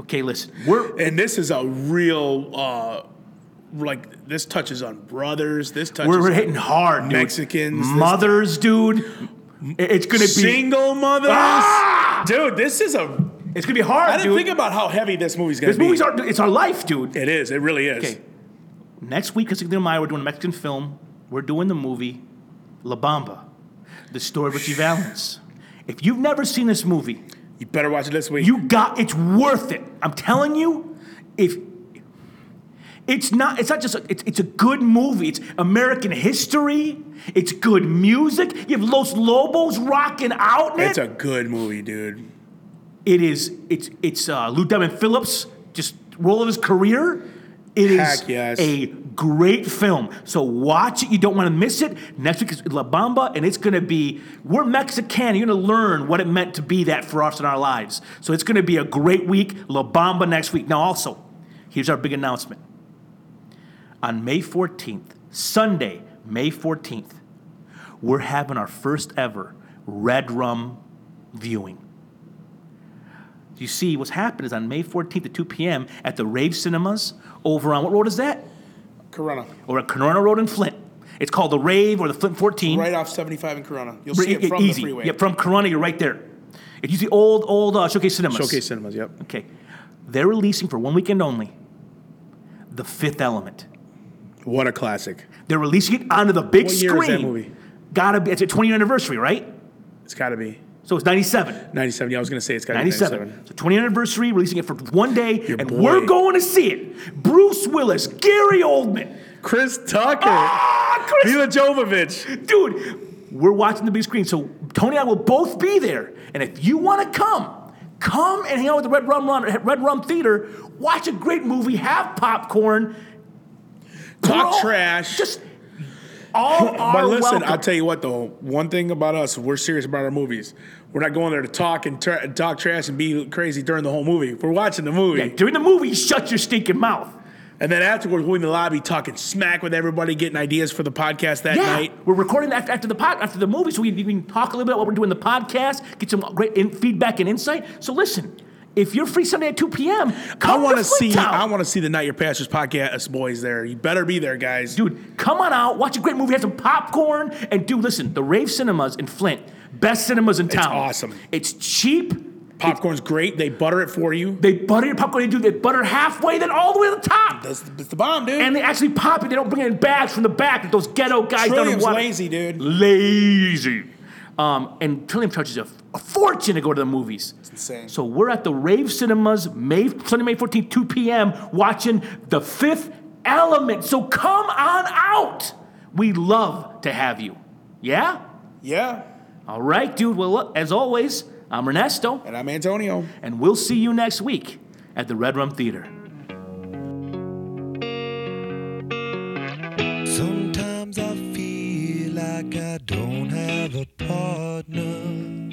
Speaker 1: Okay, listen, we're
Speaker 3: And this is a real, uh, like this touches on brothers. This touches
Speaker 1: we're, we're
Speaker 3: on
Speaker 1: hitting hard, dude.
Speaker 3: Mexicans, this-
Speaker 1: mothers, dude. It- It's gonna be
Speaker 3: single mothers,
Speaker 1: Ah!
Speaker 3: dude. This is a.
Speaker 1: It's gonna be hard,
Speaker 3: I didn't
Speaker 1: dude.
Speaker 3: think about how heavy this movie's gonna
Speaker 1: this
Speaker 3: be.
Speaker 1: movie's our it's our life, dude.
Speaker 3: it is. It really is.
Speaker 1: Okay. Next week, Casino Maya, we're doing a Mexican film. We're doing the movie La Bamba, the story of Richie Valens. If you've never seen this movie,
Speaker 3: You better watch it this week.
Speaker 1: You got it's worth it. I'm telling you, if it's not it's not just a, it's, it's a good movie. It's American history. It's good music. You have Los Lobos rocking out in it.
Speaker 3: It's a good movie, dude.
Speaker 1: it is it's it's uh, Lou Diamond Phillips just roll of his career. It is
Speaker 3: Heck yes.
Speaker 1: a great film. So watch it. You don't want to miss it. Next week is La Bamba, and it's going to be we're Mexican. You're going to learn what it meant to be that for us in our lives. So it's going to be a great week. La Bamba next week. Now also, here's our big announcement. On May 14th, Sunday, May 14th, we're having our first ever Red Rum viewing. You see, what's happened is on May 14th at 2 p.m. at the Rave Cinemas over on what road is that?
Speaker 3: Corona,
Speaker 1: Or at Corona Road in Flint. It's called the Rave or the Flint 14.
Speaker 3: right off 75 in Corona. You'll
Speaker 1: Re-
Speaker 3: see it from
Speaker 1: easy.
Speaker 3: the freeway.
Speaker 1: Yeah, from Corona, you're right there. It's usually old, old uh, Showcase Cinemas.
Speaker 3: Showcase Cinemas. Yep.
Speaker 1: Okay. They're releasing for one weekend only The Fifth Element.
Speaker 3: What a classic!
Speaker 1: They're releasing it onto the big
Speaker 3: What year
Speaker 1: screen.
Speaker 3: is that movie?
Speaker 1: Gotta be, it's a 20th anniversary, right?
Speaker 3: It's got to be
Speaker 1: So it's 97.
Speaker 3: 97. Yeah, I was gonna say it's got to be
Speaker 1: 97.
Speaker 3: 97.
Speaker 1: So 20th anniversary, releasing it for one day,
Speaker 3: Your
Speaker 1: and
Speaker 3: boy.
Speaker 1: we're going to see it. Bruce Willis, Gary Oldman,
Speaker 3: Chris Tucker,
Speaker 1: ah, Chris,
Speaker 3: Mila Jovovich.
Speaker 1: dude, we're watching the big screen. So Tony and I will both be there, and if you want to come, come and hang out with the Red Rum Run, Red Rum Theater. Watch a great movie, have popcorn,
Speaker 3: Talk
Speaker 1: We're all-
Speaker 3: trash.
Speaker 1: just all are
Speaker 3: but listen,
Speaker 1: welcome.
Speaker 3: I'll tell you what though. One thing about us, we're serious about our movies. We're not going there to talk and tra- talk trash and be crazy during the whole movie. We're watching the movie,
Speaker 1: Yeah, during the movie, shut your stinking mouth.
Speaker 3: and then afterwards we're in the lobby talking smack with everybody, getting ideas for the podcast that
Speaker 1: Yeah,
Speaker 3: night.
Speaker 1: we're recording after, after the pod, after the movie, so we can, we can talk a little bit about what we're doing in the podcast, get some great in, feedback and insight. So listen, if you're free Sunday at 2 p.m.,
Speaker 3: I
Speaker 1: come
Speaker 3: want
Speaker 1: to
Speaker 3: to see.
Speaker 1: Town.
Speaker 3: I want to see the Not Your Pastors podcast boys there. You better be there, guys.
Speaker 1: dude, come on out, watch a great movie, have some popcorn, and dude, listen, the Rave Cinemas in Flint, best cinemas in town.
Speaker 3: awesome.
Speaker 1: It's cheap.
Speaker 3: Popcorn's great. They butter it for you.
Speaker 1: They butter your popcorn. They do. They butter halfway, then all the way to the top.
Speaker 3: That's the, that's the bomb, dude.
Speaker 1: And they actually pop it. They don't bring it in bags from the back. That those ghetto guys don't
Speaker 3: Trillium's
Speaker 1: want.
Speaker 3: lazy, dude.
Speaker 1: lazy. Um, and Trillium charges a, a fortune to go to the movies. It's
Speaker 3: insane.
Speaker 1: So we're at the Rave Cinemas, May Sunday, May 14th, 2 p.m., watching The Fifth Element. So come on out. We love to have you. Yeah?
Speaker 3: Yeah.
Speaker 1: All right, dude. Well, look, as always, I'm Ernesto,
Speaker 3: And I'm Antonio.
Speaker 1: and we'll see you next week at the Red Rum Theater.
Speaker 4: Sometimes I feel like I don't have a partner.